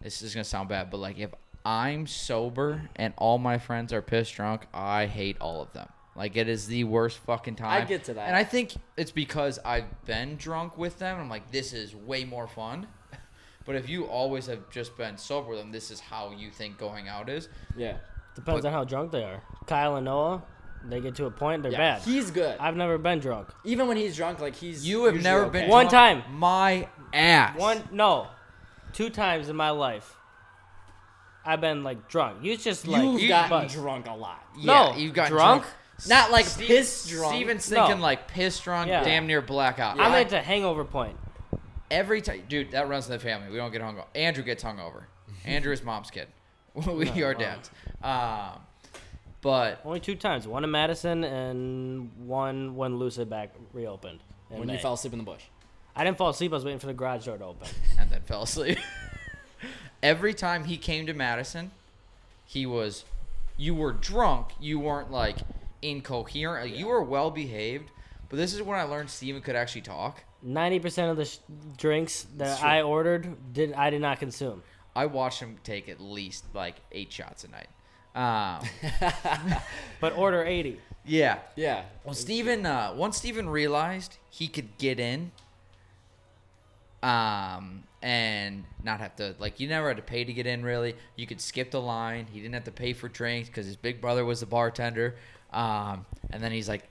this is gonna sound bad, but like if I'm sober and all my friends are pissed drunk, I hate all of them. Like it is the worst fucking time.
get to that.
and I think it's because I've been drunk with them. I'm like, this is way more fun. But if you always have just been sober with them, this is how you think going out is.
Yeah,
Depends
But-
on how drunk they are. Kyle and Noah, they get to a point they're
yeah,
bad.
he's good.
I've never been drunk.
Even when he's drunk, like he's
You have
usually
never
okay.
been
One
drunk
time.
My ass.
One no, two times in my life, I've been like drunk. You just like
You've
you-
gotten
but-
drunk a lot.
Yeah,
No,
you've gotten
drunk?
Not like
Ste-
piss drunk.
Steven's
No.
thinking like piss drunk,
Yeah.
damn near blackout.
I'm
I-
at the hangover point.
Every time, dude, that runs in the family. We don't get hungover. Andrew gets hungover. Andrew is mom's kid. we are dads. Um, but
Only two times. One in Madison and one when Lucid back reopened. in
when you
May.
fell asleep in the bush.
I didn't fall asleep. I was waiting for the garage door to open.
and then fell asleep. Every time he came to Madison, he was. You were drunk. You weren't like incoherent. Like, You were well behaved. But this is when I learned Steven could actually talk.
Ninety percent of the sh- drinks that I ordered did I did not consume.
I watched him take at least like eight shots a night. Um,
But order eighty.
yeah.
Yeah.
Well, Steven, uh, once Steven realized he could get in um, and not have to, like, you never had to pay to get in, really. You could skip the line. He didn't have to pay for drinks because his big brother was the bartender. Um, and then he's like,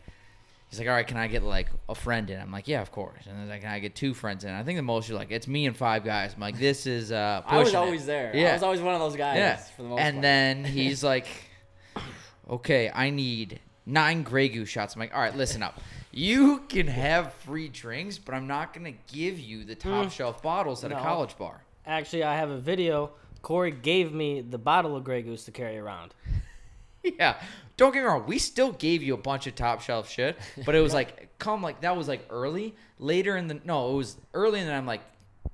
he's like, all right, can I get, like, a friend in? I'm like, yeah, of course. And then, like, can I get two friends in? I think the most you're like, it's me and five guys. I'm like, this is, uh,
I was
pushing it.
always there. I was always one of those guys
Yeah.
for the most
and
part.
then he's like, okay, I need nine Grey Goose shots. I'm like, all right, listen up. You can have free drinks, but I'm not going to give you the
Mm.
top shelf bottles at a
No.
college bar.
Actually, I have a video. Corey gave me the bottle of Grey Goose to carry around.
Yeah. Don't get me wrong. We still gave you a bunch of top shelf shit, but it was like, come, like, that was like early. Later in the, no, it was early in the night. I'm like,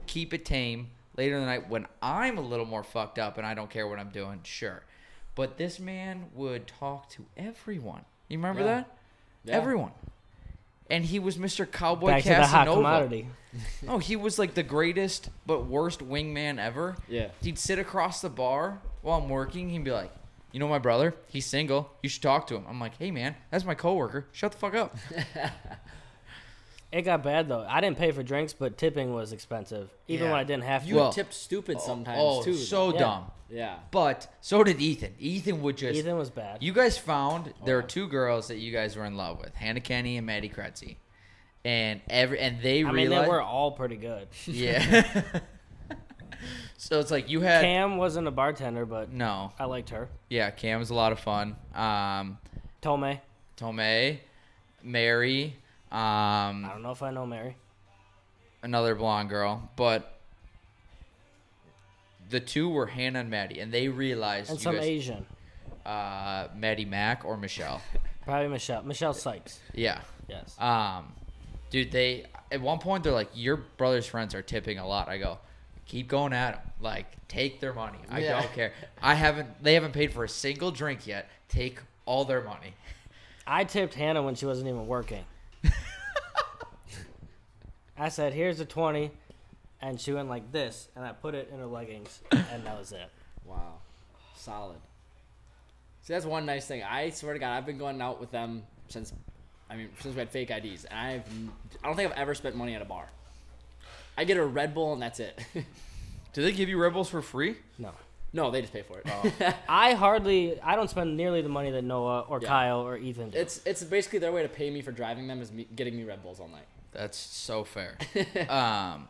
keep it tame. Later in the night, when I'm a little more fucked up and I don't care what I'm doing, sure. But this man would talk to everyone. You remember
Yeah.
that?
Yeah.
Everyone. And he was Mr. Cowboy
Back to the hot
Casanova.
commodity.
No, Oh, he was like the greatest but worst wingman ever.
Yeah.
He'd sit across the bar while I'm working. He'd be like, you know my brother? He's single. You should talk to him. I'm like, hey man, that's my coworker. Shut the fuck up.
It got bad though. I didn't pay for drinks, but tipping was expensive, even
Yeah.
when I didn't have to.
You
Well-
tipped stupid sometimes
oh,
too.
so
though. Yeah.
dumb.
yeah.
But so did Ethan. Ethan would just.
Ethan Oh, was bad.
You guys found there were
yeah.
two girls that you guys were in love with, Hannah Kenny and Maddie Kretzy, and every and they
I mean,
realized.
they were all pretty good.
yeah. so it's like you had
Cam wasn't a bartender, but
no,
I liked her.
yeah. Cam was a lot of fun. Um,
Tomei.
Tomei, Mary, um,
I don't know if I know Mary.
another blonde girl, but the two were Hannah and Maddie, and they realized
And
you
some
guys,
Asian.
uh, Maddie Mack or Michelle.
Probably Michelle. Michelle Sykes.
yeah.
Yes.
Um, dude, they at one point they're like, "Your brother's friends are tipping a lot." I go, "Keep going at them. Like, take their money. I
Yeah.
don't care. I haven't. They haven't paid for a single drink yet. Take all their money."
I tipped Hannah when she wasn't even working. I said, "Here's a 20. and she went like this, and I put it in her leggings, and that was it.
Wow. Solid. See, that's one nice thing. I swear to God, I've been going out with them since, I mean, since we had fake IDs, and I've, I don't think I've ever spent money at a bar. I get a Red Bull and that's it.
Do they give you Rebels for free?
No,
no, they just pay for it.
Oh.
I hardly, I don't spend nearly the money that Noah or
Yeah.
Kyle or Ethan. Do.
it's it's basically their way to pay me for driving them is me, getting me Red Bulls all night.
That's so fair. um,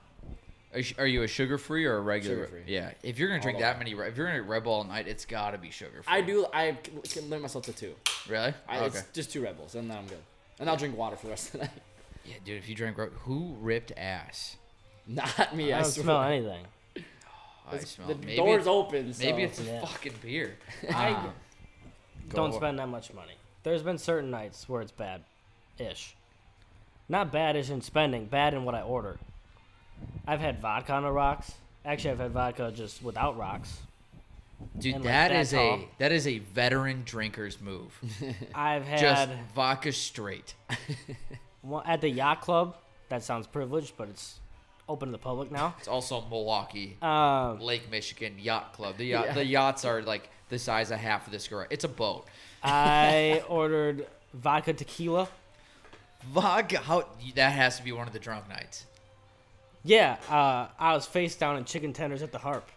are you- are you a sugar free or a regular?
Sugar-free.
Yeah. If you're gonna drink
the
that many, Re- if you're gonna Red Bull all night, it's gotta be sugar free.
I do. I can can limit myself to two.
Really?
I,
okay.
It's just two Red Bulls, and then I'm good. And I'll drink water for the rest of the night.
Yeah, dude. If you drink, Re- who ripped ass?
Not me. I,
I don't
swear.
smell anything.
I
It's-
smell.
The
maybe
door's
it's-
open. So.
Maybe it's a
Yeah.
fucking beer.
I-
Um, go
don't
on.
spend that much money. There's been certain nights where it's bad, ish. Not bad ish in spending, bad in what I order. I've had vodka on the rocks. Actually, I've had vodka just without rocks.
Dude,
and, like,
that
that
is
tall.
a that is a veteran drinker's move.
I've had
Just vodka straight.
one, at the yacht club. That sounds privileged, but it's open to the public now.
It's also Milwaukee,
Um,
Lake Michigan Yacht Club. The yacht,
Yeah.
the yachts are like the size of half of this garage. It's a boat.
I ordered vodka tequila.
Vodka. How that has to be one of the drunk nights.
Yeah, uh, I was face down in chicken tenders at the harp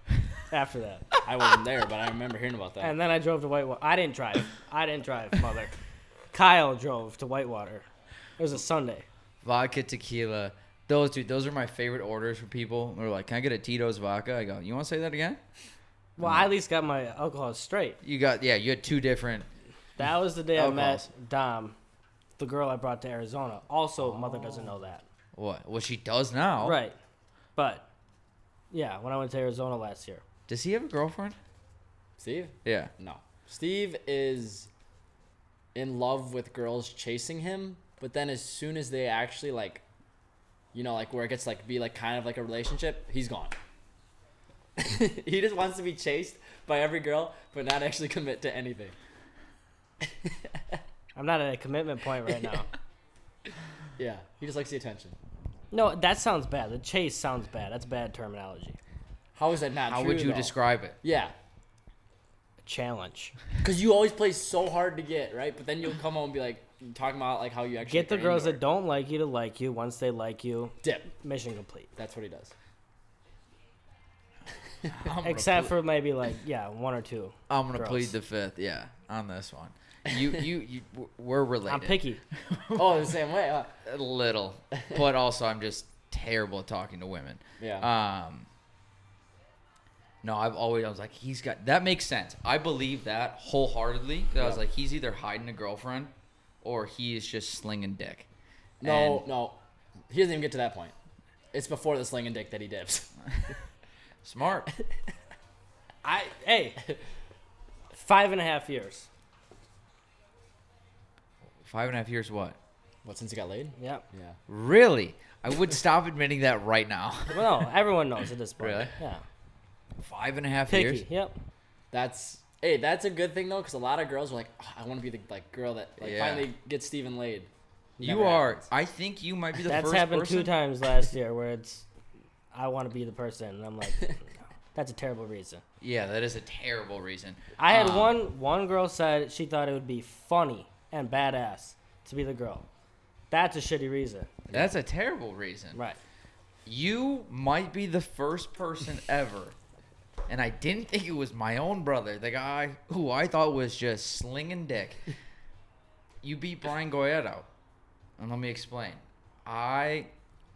after that.
I wasn't there, but I remember hearing about that.
And then I drove to Whitewater. I didn't drive. I didn't drive, mother. Kyle drove to Whitewater. It was a Sunday.
Vodka tequila. Those dude, those are my favorite orders from people. They're like, "Can I get a Tito's vodka?" I go, "You want to say that again?"
Well, I at least got my alcohol straight.
You got yeah. You had two different.
That was the day I met
Alcohols.
Dom, the girl I brought to Arizona. Also, mother doesn't know that.
What? Well, she does now.
Right. But, yeah, when I went to Arizona last year.
Does he have a girlfriend?
Steve?
Yeah.
No. Steve is in love with girls chasing him, but then as soon as they actually like, you know, like where it gets like be like kind of like a relationship, he's gone. he just wants to be chased by every girl, but not actually commit to anything.
I'm not at a commitment point right now.
Yeah, he just likes the attention.
No, that sounds bad. The chase sounds bad. That's bad terminology.
How is that not
How
true?
would you
though?
describe it?
Yeah,
Challenge.
because you always play so hard to get right, but then you'll come home and be like talking about like how you actually
Get the girls that don't like you to like you. Once they like you,
dip.
mission complete.
That's what he does.
I'm gonna
Except for maybe like, yeah, one or two.
I'm gonna
Gross.
plead the fifth. Yeah, on this one, you you, you w- we're related.
I'm picky.
Oh, the same way. huh?
a little, but also I'm just terrible at talking to women.
Yeah.
Um. No, I've always I was like he's got that makes sense. I believe that wholeheartedly. 'cause I was
Yeah.
like he's either hiding a girlfriend, or he is just slinging dick.
No,
And
no. He doesn't even get to that point. It's before the sling and dick that he dips.
smart.
I hey, five and a half years.
Five and a half years. What?
What, since he got laid?
Yeah.
Yeah.
Really? I would stop admitting that right now.
Well, no, everyone knows at this point.
Really?
Yeah.
Five and a half
Picky.
years.
Yep.
That's, hey, that's a good thing, though, because a lot of girls are like, "Oh, I want to be the like girl that like,
Yeah.
finally gets Steven laid.
You
Never
are.
happens.
I think you might be the
That's
first
happened
person.
two times last year where it's, I want to be the person, and I'm like, That's a terrible reason.
Yeah, that is a terrible reason.
I had
Um,
one one girl said she thought it would be funny and badass to be the girl. That's a shitty reason.
That's a terrible reason.
Right.
You might be the first person ever, and I didn't think it was my own brother, the guy who I thought was just slinging dick. You beat Brian Goyetto. And let me explain. I,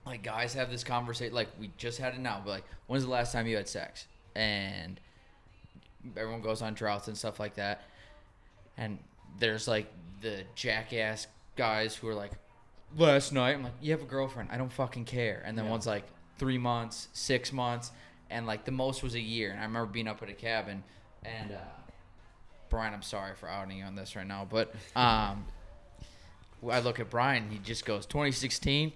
like, guys have this conversation, like, we just had it now, but, like, when's the last time you had sex? And everyone goes on droughts and stuff like that. And there's, like, the jackass guys who are like, last night. I'm like, you have a girlfriend. I don't fucking care. And then one's like three months, six months, and like the most was a year. And I remember being up at a cabin, and uh, Brian, I'm sorry for outing you on this right now, but um, I look at Brian. He just goes 2016.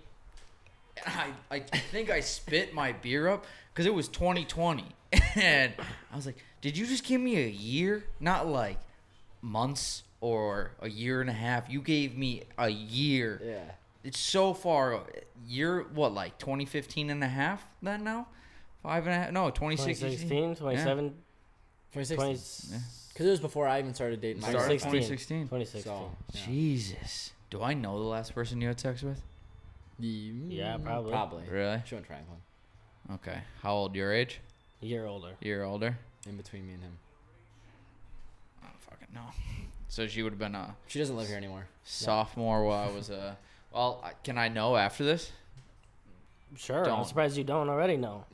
And I, I think I spit my beer up because it was 2020. And I was like, did you just give me a year? Not like months or a year and a half. You gave me a year
Yeah.
it's so far you're what like 2015 and a half then now five and a half no 2016
2016, 27,
2016.
20,
Because it was before I even started dating my
Started
girlfriend,
2016.
2016.
2016.
So, yeah.
jesus do i know the last person you had sex with
Yeah, probably.
Mm, Probably.
Really?
She went Franklin.
okay how old your age
A year older.
year older
In between me and him.
i don't fucking know so she would have been a
She doesn't live here anymore.
sophomore while i was a well I- can i know after this
Sure. I'm
Don't.
surprised you don't already know.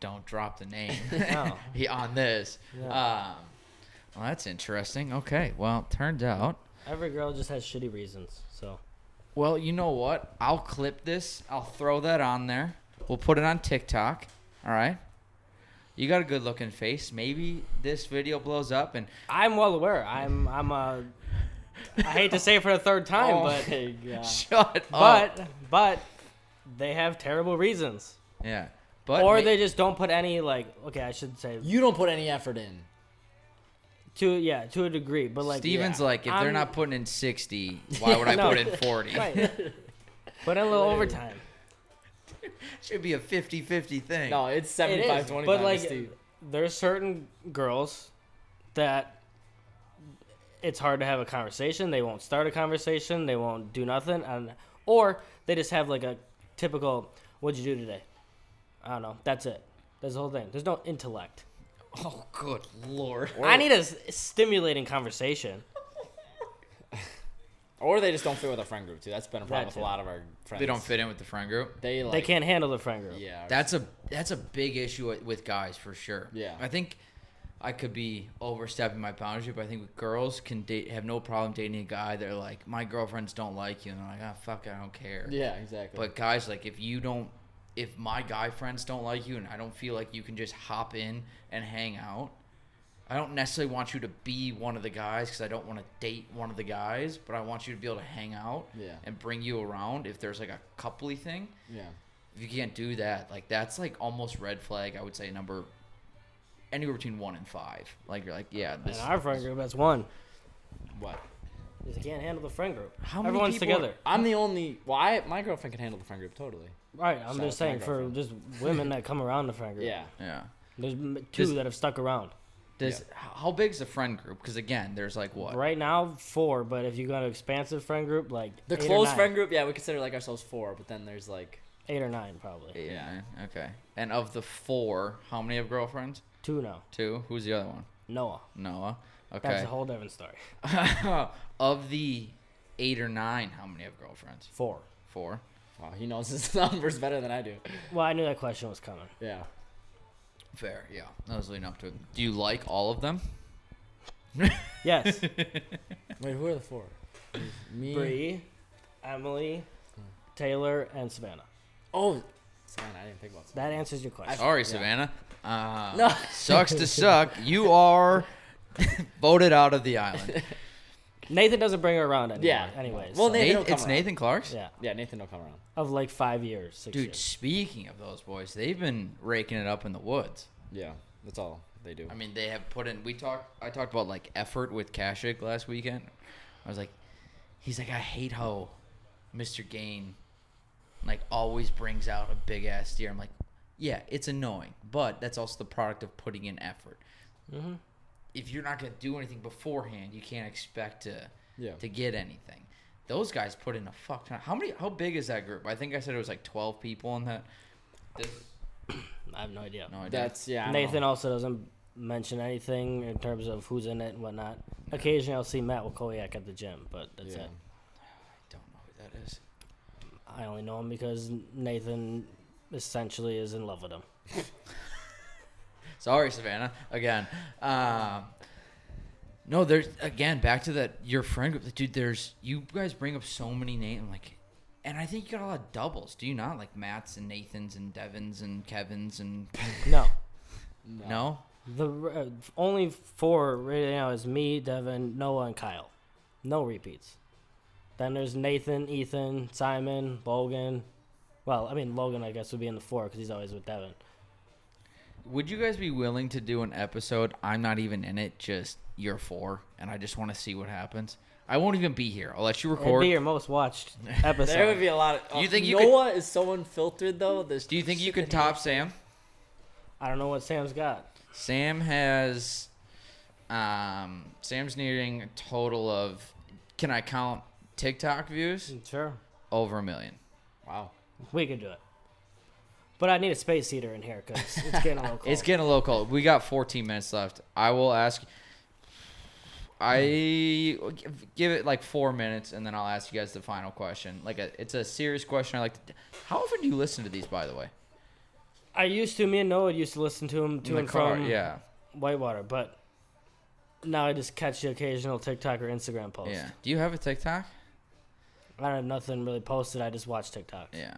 don't drop the name
No.
he on this
Yeah.
um well that's interesting okay well turns out
Every girl just has shitty reasons. So
Well, you know what? I'll clip this. I'll throw that on there. We'll put it on TikTok. All right. You got a good looking face. Maybe this video blows up and
I'm well aware. I'm I'm a. I hate to say it for the third time,
Oh.
but
my God.
shut up.
but but they have terrible reasons,
Yeah. But
or
ma-
they just don't put any like. Okay, I should say
You don't put any effort in.
to yeah to a degree, but like
Steven's
yeah,
like, if they're
I'm-
not putting in sixty, why would I
No.
put in forty?
Right. Put in a little overtime.
Should be a 50-50 thing.
No, it's
It
75
is,
25
but like,
Steve.
there's certain girls that it's hard to have a conversation. They won't start a conversation. They won't do nothing, and or they just have like a typical "What'd you do today?" I don't know. That's it. That's the whole thing. There's no intellect.
Oh, good lord.
I need a s- stimulating conversation.
Or they just don't fit with our friend group, too. That's been a problem
That
with a
too.
lot of our friends.
They don't fit in with the friend group.
They, like,
They can't handle the friend group.
Yeah. or
That's a that's a big issue with- with guys for sure.
Yeah.
I think I could be overstepping my boundary, but I think with girls can date have no problem dating a guy. They're like, my girlfriends don't like you, and they're like, ah, fuck, I don't care.
Yeah, exactly.
But guys, like, if you don't, if my guy friends don't like you, and I don't feel like you can just hop in and hang out, I don't necessarily want you to be one of the guys because I don't want to date one of the guys, but I want you to be able to hang out
Yeah.
and bring you around if there's like a coupley thing
yeah.
if you can't do that, like that's like almost red flag. I would say number anywhere between one and five. Like you're like, yeah,
In
this.
our friend group, that's one.
What?
They just can't handle the friend group.
How many
Everyone's
people are-
together.
I'm the only. Well, I, my girlfriend can handle the friend group totally.
Right. I'm
Shout
just
out to my
saying for
girlfriend.
just women that come around the friend group.
Yeah.
Yeah.
There's m- two
Just-
that have stuck around.
Does how big's the friend group? Because again, there's like
Uh,
what?
Right now, four. But if you go to expansive friend group, like
The
eight or
close
nine.
friend group, yeah, we consider like ourselves four, but then there's like
eight or nine probably.
Eight, nine. Okay. And of the four, how many have girlfriends?
Two now.
Two. Who's the other one?
Noah.
Noah.
That's
Okay.
a whole different story.
of the eight or nine, how many have girlfriends?
Four.
Four.
wow, he knows his numbers better than I do.
Well, I knew that question was coming.
Yeah.
Fair. Yeah. That was leading up to it. Do you like all of them?
Yes.
Wait, who are the four? Me.
Bree, Emily, Taylor, and Savannah.
Oh, Savannah, I didn't think about Savannah.
That answers your question.
Sorry, Savannah. Uh,
No.
sucks to suck. You are voted out of the island.
Nathan doesn't bring her around anymore.
Yeah.
Anyways.
Well,
so-
Nathan
Nathan,
will come
it's
around.
Nathan Clark's.
Yeah.
Yeah, Nathan will come around.
Of like five years, six
Dude,
years.
speaking of those boys, they've been raking it up in the woods.
Yeah, that's all they do.
I mean, they have put in. We talked. I talked about like effort with Kashik last weekend. I was like, he's like, I hate how Mr. Gain like always brings out a big ass deer. I'm like, yeah, it's annoying, but that's also the product of putting in effort.
Mm-hmm.
If you're not going to do anything beforehand, you can't expect to
Yeah.
to get anything. Those guys put in a fuck ton. How many? How big is that group? I think I said it was like 12 people in that. This,
I have no idea.
no idea.
That's yeah. I don't
Nathan
know.
also doesn't mention anything in terms of who's in it and whatnot. Occasionally, I'll see Matt Wakoyak at the gym, but that's
Yeah.
it.
I don't know who that is.
I only know him because Nathan essentially is in love with him.
Sorry, Savannah. Again. Um, no, there's again back to that your friend group. Dude, there's you guys bring up so many names, like, and I think you got a lot of doubles. Do you not like Matts and Nathans and Devins and Kevins and
No,
no?
the uh, only four right now is me, Devin, Noah, and Kyle. No repeats. Then there's Nathan, Ethan, Simon, Logan. Well, I mean Logan, I guess would be in the four because he's always with Devin.
Would you guys be willing to do an episode? I'm not even in it. Just year four, and I just want to see what happens. I won't even be here. I'll let you
It'd
record.
be your most watched episode.
There would be a lot of. uh,
You think you could-
Noah is so unfiltered though? This.
Do you think you
shit
could
that he-
top Sam?
I don't know what Sam's got.
Sam has, um, Sam's nearing a total of, can I count TikTok views?
Sure,
Over a million.
Wow.
we could do it. But I need a space heater in here because it's getting a little cold.
It's getting a little cold. We got 14 minutes left. I will ask. I give it like four minutes, and then I'll ask you guys the final question. Like a, it's a serious question. I like. To, how often do you listen to these, by the way?
I used to. Me and Noah used to listen to him to and from
yeah,
Whitewater, but now I just catch the occasional TikTok or Instagram post.
yeah. Do you have a TikTok?
I don't have nothing really posted. I just watch TikToks.
Yeah,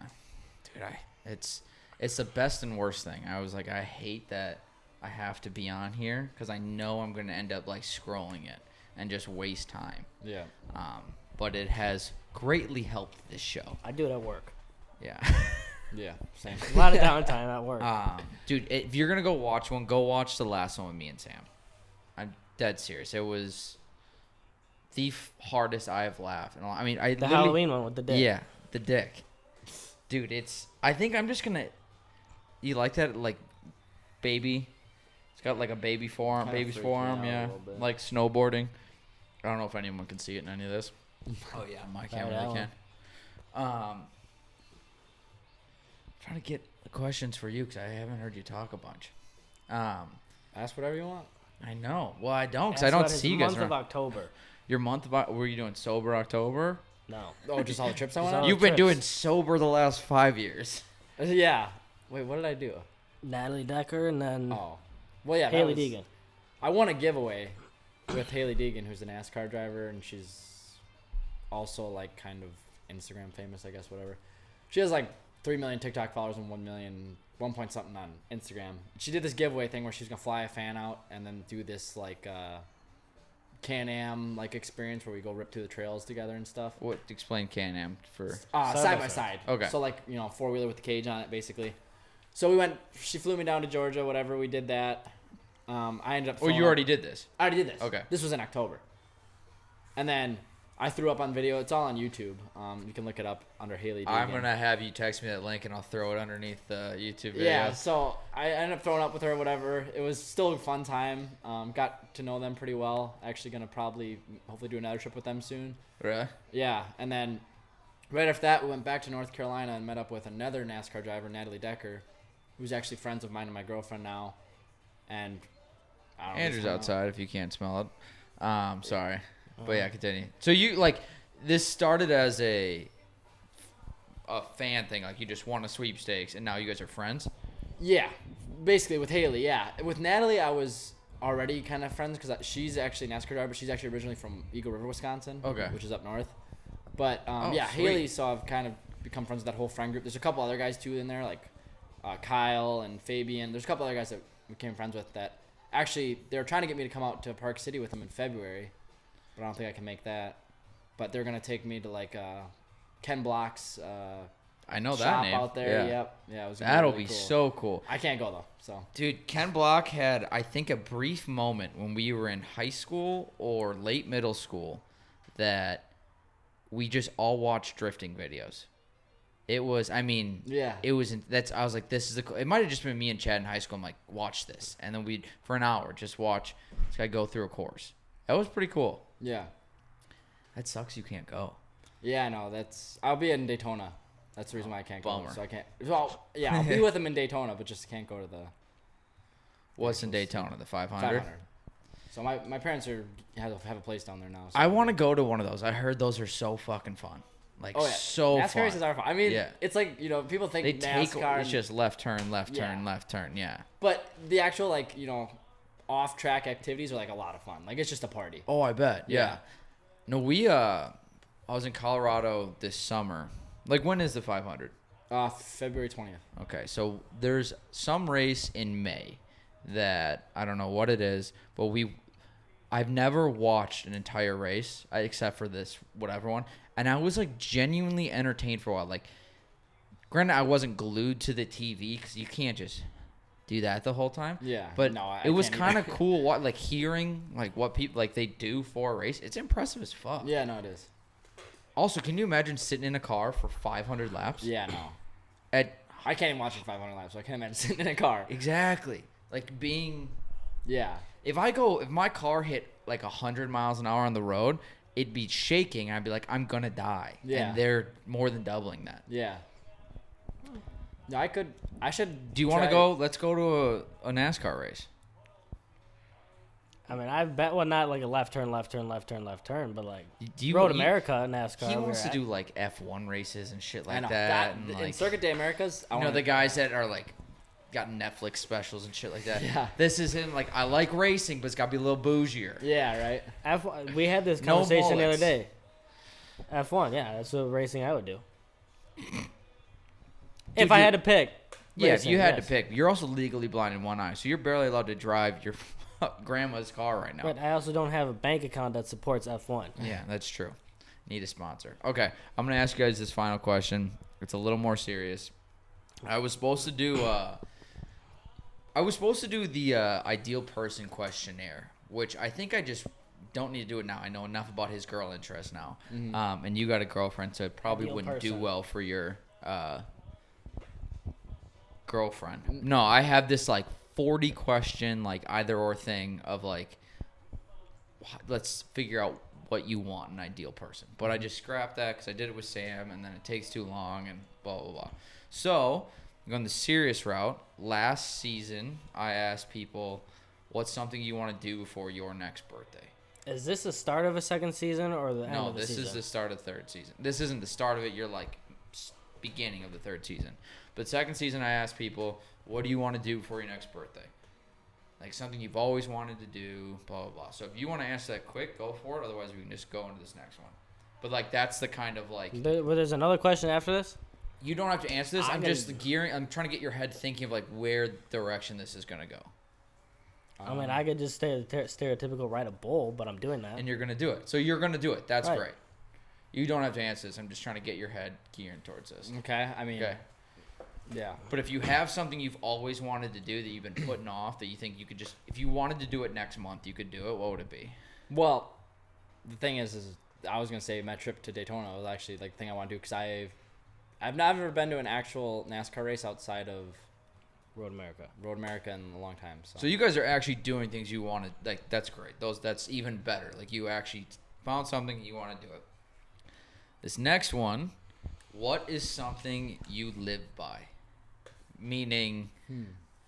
dude, I it's it's the best and worst thing. I was like, I hate that I have to be on here because I know I'm gonna end up like scrolling it and just waste time.
Yeah.
Um, but it has greatly helped this show.
I do it at work.
Yeah.
Yeah. Same.
A lot of downtime at work.
Um, dude, if you're gonna go watch one, go watch the last one with me and Sam. I'm dead serious. It was the f- hardest I have laughed. And I mean, I
the
literally-
Halloween one with the dick.
Yeah, the dick. Dude, it's. I think I'm just gonna. You like that, like, baby? It's got like a baby forearm,
Kinda
baby's
freaked me
forearm,
out a
yeah.
little bit.
Like snowboarding. I don't know if anyone can see it in any of this. Oh yeah, my camera really
Alan.
can. Um, trying to get questions for you because I haven't heard you talk a bunch. Um,
Ask whatever you want.
I know. Well, I don't because
Ask
I don't
about his
see you guys.
month
Around.
of October.
Your month of Oc- were you doing sober October?
No.
Oh, just all the trips I went
Just
on.
Oh, all
You've been
trips.
doing sober the last five years.
Yeah. Wait, what did I do?
Natalie Decker and then
Oh. Well, yeah. that
Haley
was-
Deegan.
I won a giveaway with Haley Deegan, who's a NASCAR driver, and she's also like kind of Instagram famous, I guess, whatever. She has like three million TikTok followers and one million, one point something on Instagram. She did this giveaway thing where she's gonna fly a fan out and then do this like uh, Can Am like experience where we go rip through the trails together and stuff.
What explain Can Am for?
Uh,
Side
side
by
by side.
Okay.
So like you know four wheeler with the cage on it basically. So we went. She flew me down to Georgia. Whatever we did that. Um, I ended up.
Or Oh, you
throwing up-
already did this.
I already did this.
Okay.
This was in October. And then I threw up on video. It's all on YouTube. Um, you can look it up under Haley.
I'm
Deegan.
gonna have you text me that link and I'll throw it underneath the YouTube video.
Yeah. So I ended up throwing up with her. Whatever. It was still a fun time. Um, got to know them pretty well. Actually, gonna probably hopefully do another trip with them soon.
Really?
Yeah. And then right after that, we went back to North Carolina and met up with another NASCAR driver, Natalie Decker, who's actually friends of mine and my girlfriend now. And I don't know, we
Andrew's
just hung out.
outside if you can't smell it. Um, sorry,
Uh-huh.
but yeah, continue. So you like this started as a a fan thing, like you just won a sweepstakes, and now you guys are friends.
Yeah, basically with Haley. Yeah, with Natalie, I was already kind of friends because she's actually a NASCAR driver. but She's actually originally from Eagle River, Wisconsin.
Okay.
which is up north. But um,
Oh,
yeah,
sweet.
Haley. So I've kind of become friends with that whole friend group. There's a couple other guys too in there, like uh, Kyle and Fabian. There's a couple other guys that we became friends with that actually they were trying to get me to come out to Park City with them in February, but I don't think I can make that. But they're gonna take me to like uh, Ken Block's uh,
I know Oh, that
shop
name.
out there.
Yeah.
Yep. Yeah, it was gonna
That'll
really
be
cool.
so cool,
I can't go though, so
dude. Ken Block had, I think, a brief moment when we were in high school or late middle school that we just all watched drifting videos. It was. I mean,
Yeah.
It was. in- That's. I was like, this is the. co- It might have just been me and Chad in high school. I'm like, watch this, and then we'd for an hour just watch this guy go through a course. That was pretty cool.
Yeah.
That sucks. You can't go.
Yeah, no, that's. I'll be in Daytona. That's the reason why I can't
Bummer.
go. So I can't. Well, yeah, I'll be with him in Daytona, but just can't go to the
What's in Daytona? The 500.
500. So my, my parents are have, a- have a place down there now. So
I want to go to one of those. I heard those are so fucking fun. Like
Oh yeah.
so
NASCAR
fun.
races are fun. I mean,
Yeah.
it's like you know people think
they take
NASCAR,
it's just left turn, left
Yeah.
turn, left turn. Yeah.
but the actual like you know off track activities are like a lot of fun. Like it's just a party.
Oh, I bet. Yeah.
Yeah.
No, we uh, I was in Colorado this summer. Like, when is the 500?
Uh, February twentieth.
Okay, so there's some race in May that I don't know what it is, but we, I've never watched an entire race I- except for this whatever one, and I was like genuinely entertained for a while. Like, granted, I wasn't glued to the TV because you can't just do that the whole time.
Yeah,
but
no, I-
it
I
was
can't
kind
either.
of cool. What like hearing like what people like they do for a race. It's impressive as fuck.
Yeah, no, it is.
Also, can you imagine sitting in a car for 500 laps?
Yeah, no,
At
I can't even watch it 500 laps. So I can't imagine sitting in a car.
exactly like being
Yeah,
If I go, if my car hit like 100 miles an hour on the road, it'd be shaking. I'd be like, I'm going to die.
Yeah.
And they're more than doubling that.
yeah. No, I could. I should.
Do you want to
try-
go? Let's go to a, a NASCAR race.
I mean, I bet well not like a left turn, left turn, left turn, left turn, but like
Do you-
Road
you-
America NASCAR.
He
we
wants
were
to
at.
do like F1 races and shit
I
like
know
that.
that,
and
in
like,
Circuit Day Americas. I
you know,
want
the guys that are like, got Netflix specials and shit like that.
Yeah.
This is him. Like, I like racing, but it's got to be a little bougier.
Yeah, right.
F1, we had this
No
conversation the other
bullets.
day. F1, yeah, that's the racing I would do. if
Dude,
I
you-
had to pick.
Yeah, if
racing,
you had
yes.
to pick, you're also legally blind in one eye, so you're barely allowed to drive your grandma's car right now.
But I also don't have a bank account that supports F1.
Yeah, that's true. Need a sponsor. Okay, I'm gonna ask you guys this final question. It's a little more serious. I was supposed to do. Uh, I was supposed to do the uh, ideal person questionnaire, which I think I just don't need to do it now. I know enough about his girl interest now, um, and you got a girlfriend, so it probably
Mm-hmm. Ideal
wouldn't do
person.
well for your uh,
Mm-hmm.
girlfriend. No, I have this like 40 question like either or thing of like wh- let's figure out what you want in an ideal person. But I
Mm-hmm.
just scrapped that because I did it with Sam, and then it takes too long, and blah blah blah. So going the serious route. Last season, I asked people, "What's something you want to do before your next birthday?"
Is this the start of a second season or the end
No,
of the
this
season?
is the start of third season. This isn't the start of it. You're like s- beginning of the third season. But second season, I asked people, "What do you want to do before your next birthday?" Like something you've always wanted to do, blah blah blah. So if you want to answer that quick, go for it. Otherwise, we can just go into this next one. But like that's the kind of like
There- well, there's another question after this.
you don't have to answer this.
I'm
I'm,
gonna-
just gearing. I'm trying to get your head thinking of like where direction this is gonna go,
I mean, I could just stay ter- stereotypical write a bull, but I'm doing that.
Um, and you're gonna do it. So you're gonna do it. That's
Right.
great. You don't have to answer this. I'm just trying to get your head geared towards this.
Okay, I mean,
Okay.
yeah,
But if you have something you've always wanted to do that you've been putting off that you think you could just if you wanted to do it next month, you could do it, what would it be?
Well, the thing is, is I was gonna say my trip to Daytona was actually like the thing I want to do because I've I've never been to an actual NASCAR race outside of
Road America.
Road America in a long time. So,
So you guys are actually doing things you want to like that's great. Those that's even better. Like you actually found something you want to do it. This next one, what is something you live by? Meaning
Hmm.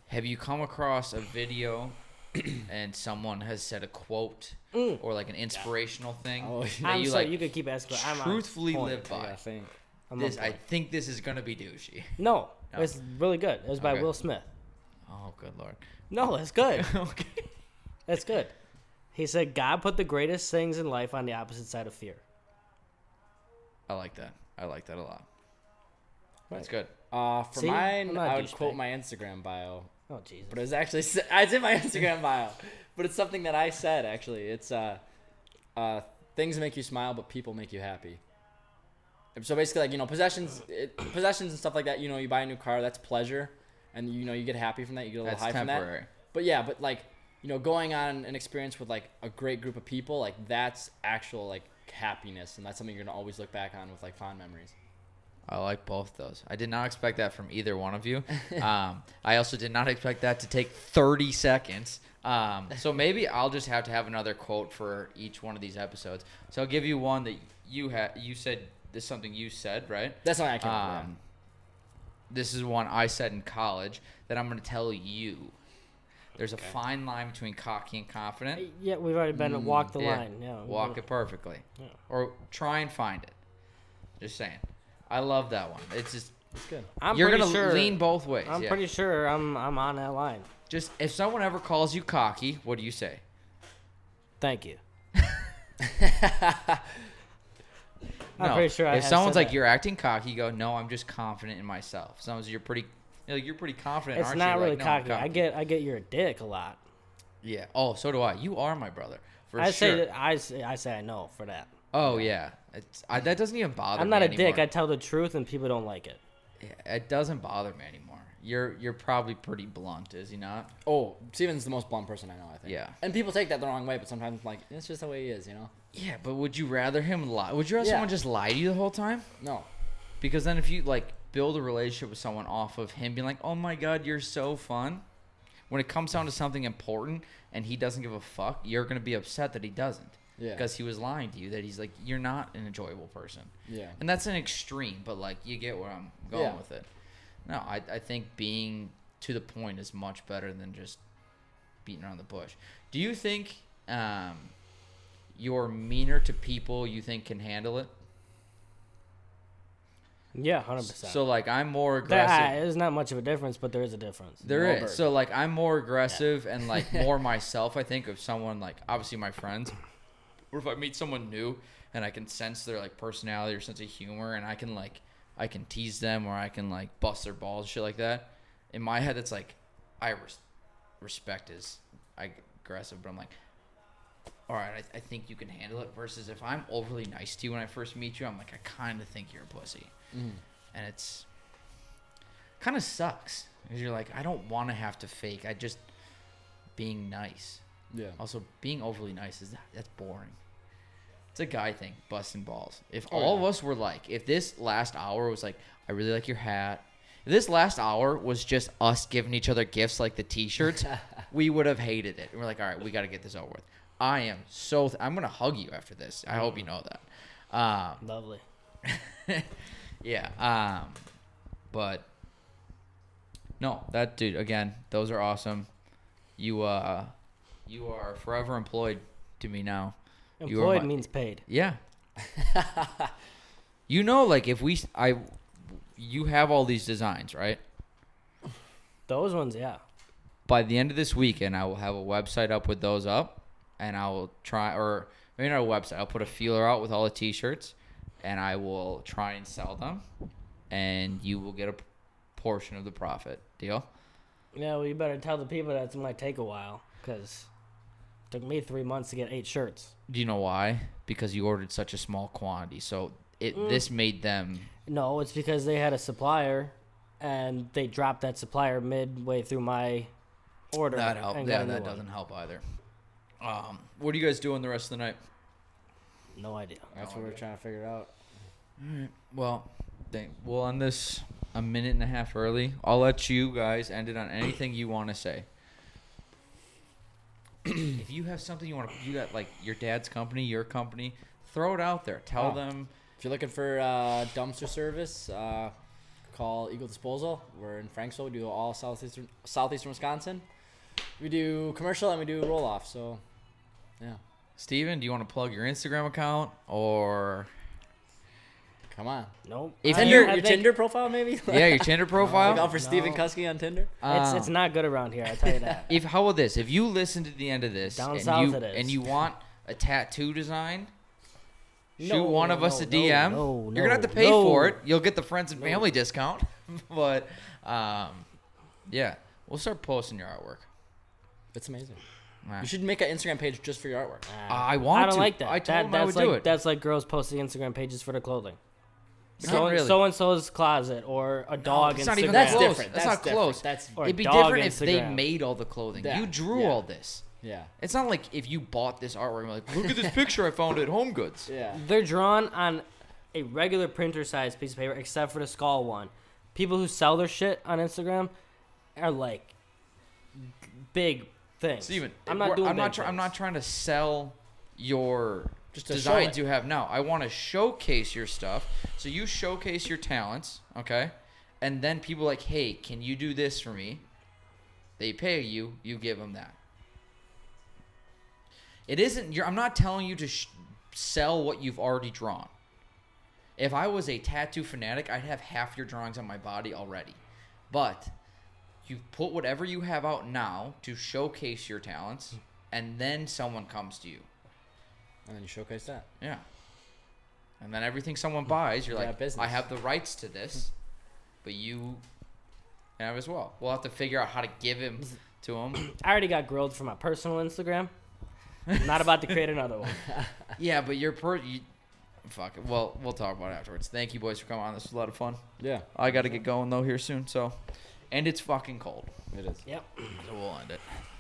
have you come across a video and someone has said a quote or like an inspirational thing
Mm. Oh,
that
I'm
you
sorry,
like
you could keep asking. but I'm on
truthfully
point.
live by?
I think
I'm on
This I
point.
think this is gonna be douchey.
No,
No.
it's really good. It was by
Okay.
Will Smith.
Oh, good lord.
No, it's good.
okay.
It's good. He said, God put the greatest things in life on the opposite side of fear.
I like that. I like that a lot. That's good.
uh, for
See? I'm
mine,
not a
I would quote
douchebag.
my Instagram bio,
Oh, Jesus.
but it's actually s- it's in my Instagram bio, but it's something that I said actually. It's uh, uh, things make you smile, but people make you happy. So basically, like you know, possessions, it, possessions and stuff like that. You know, you buy a new car, that's pleasure, and you know you get happy from that. You get a little
That's
high from that.
temporary.
But yeah, but like, you know, going on an experience with like a great group of people, like that's actual like happiness, and that's something you're gonna always look back on with like fond memories.
I like both those. I did not expect that from either one of you. Um, I also did not expect that to take 30 seconds. Um, so maybe I'll just have to have another quote for each one of these episodes. So I'll give you one that you had. You said this is something you said, right?
That's something I came up
Um, this is one I said in college that I'm going to tell you. There's a fine line between cocky and confident.
Yeah, we've already been walk the
Mm, yeah.
line. Yeah,
Walk it perfectly,
Yeah.
or try and find it. Just saying. I love that one. It's just
with. It's good.
I'm
you're
pretty
gonna
sure,
lean both ways.
I'm
yeah.
pretty sure I'm I'm on that line.
Just if someone ever calls you cocky, what do you say?
Thank you. I'm pretty sure I
If
have
someone's
said
like
that.
you're acting cocky, you go, "No, I'm just confident in myself." Someone's you're pretty you're, like, you're pretty confident,
It's
aren't
not
you?
really
Like, "No, I'm
cocky. I get I get you're a dick a lot.
Yeah. Oh, so do I. You are my brother. For
I
sure.
say that I say I say I know for that.
Oh yeah. It's I, that doesn't even bother
I'm
me
not a
anymore.
dick. I tell the truth and people don't like it.
Yeah, it doesn't bother me anymore. You're you're probably pretty blunt, is he not?
Oh, Steven's the most blunt person I know, I think.
Yeah.
And people take that the wrong way, but sometimes like it's just the way he is, you know.
Yeah, but would you rather him lie? Would you rather
Yeah.
someone just lie to you the whole time?
No.
Because then if you like build a relationship with someone off of him being like, "Oh my god, you're so fun." When it comes down to something important and he doesn't give a fuck, you're going to be upset that he doesn't.
Yeah.
Because he was lying to you that he's like you're not an enjoyable person.
Yeah.
And that's an extreme, but like you get where I'm going
Yeah.
with it. No, I, I think being to the point is much better than just beating around the bush. Do you think um, you're meaner to people you think can handle it?
Yeah, hundred percent.
So like I'm more aggressive.
That there's not much of a difference, but there is a difference.
There is
Norberg.
So like I'm more aggressive and like more myself, I think, of someone like obviously my friends. Or if I meet someone new and I can sense their like personality or sense of humor and I can like I can tease them or I can like bust their balls, shit like that. In my head it's like I res- respect is aggressive, but I'm like all right, I, I think you can handle it. Versus if I'm overly nice to you when I first meet you, I'm like, I kind of think you're a pussy, and it's kind of sucks because you're like, I don't want to have to fake. I just being nice.
Yeah.
Also, being overly nice is that's boring. It's a guy thing, busting balls. If
Oh,
all
yeah.
of us were like, if this last hour was like, I really like your hat. If this last hour was just us giving each other gifts like the T-shirts, we would have hated it. And we're like, all right, we got to get this over with. I am so. Th- I'm gonna hug you after this. I
Mm.
hope you know that. Um,
Lovely.
yeah. Um, but no, that dude again. Those are awesome. You uh, you are forever employed to me now. You are
Employed
my-
means paid.
Yeah. you know, like if we, I, you have all these designs, right?
Those ones, yeah.
by the end of this weekend, I will have a website up with those up, and I will try, or maybe not a website. I'll put a feeler out with all the T-shirts, and I will try and sell them, and you will get a p- portion of the profit. Deal?
Yeah, well, you better tell the people that's might take a while because took me three months to get eight shirts.
Do you know why? Because you ordered such a small quantity, so it this made them.
No, it's because they had a supplier and they dropped that supplier midway through my order.
That help.
and got
Yeah,
a new
that
one.
doesn't help either. Um, what are you guys doing the rest of the night?
No idea.
That's what we're trying to figure out.
Well, thank, we'll end this a minute and a half early. I'll let you guys end it on anything you want to say. if you have something you want to, you got like your dad's company, your company, throw it out there. Tell
Oh.
them.
If you're looking for uh, dumpster service, uh, call Eagle Disposal. We're in Franksville. We do all southeastern southeastern Wisconsin. We do commercial and we do roll off. So, yeah,
Steven, do you want to plug your Instagram account or
come on.
Nope.
If
I-
you-
Tinder,
I
your
think
Tinder profile maybe.
yeah, your Tinder
Look out
profile?
for Steven
No.
Kuski on Tinder.
It's,
Um,
it's not good around here, I tell you that.
if how about this? If you listen to the end of this
Down
and
south
you
it is.
and you want a tattoo design, shoot
No,
one of us
no,
a
no,
DM.
no,
You're gonna have to
no,
pay
no.
for it. You'll get the friends and family discount, but um, yeah, we'll start posting your artwork.
It's amazing.
Nah.
You should make an Instagram page just for your artwork.
I want
Ah, I don't
to.
like that.
I told
that,
him
that's
I would
like,
do it.
That's like girls posting Instagram pages for their clothing.
Not
So,
really.
so and so's closet or a dog
it's
Instagram.
not even
That's
close.
different.
That's
That's,
not close.
That's
Or-
It'd be
dog
different if they
Instagram.
made all the clothing.
Yeah,
You drew
yeah.
all this.
yeah,
It's not like if you bought this artwork, and were like, look at this picture I found at Home Goods.
yeah.
They're drawn on a regular printer sized piece of paper, except for the skull one. People who sell their shit on Instagram are like g- big things.
Steven,
I'm not doing.
I'm not.
big
try- I'm
things.
not trying to sell your
Just to show
designs
it.
you have now. I want to showcase your stuff. So you showcase your talents, okay? And then people like, hey, can you do this for me? They pay you. You give them that. It isn't. You're, I'm not telling you to sh- sell what you've already drawn. If I was a tattoo fanatic, I'd have half your drawings on my body already. But you put whatever you have out now to showcase your talents, and then someone comes to you.
and then you showcase that.
Yeah. And then everything someone buys, you're
Yeah,
like,
Mm. business.
I have the rights to this, but you have as well. We'll have to figure out how to give him to him.
I already got grilled for my personal Instagram. I'm not about to create another one.
yeah, but your per. You, fuck it. Well, we'll talk about it afterwards. Thank you, boys, for coming on. This was a lot of fun.
Yeah,
I got to get going, though, here soon. So, and it's fucking cold.
it is.
Yep.
So we'll end it.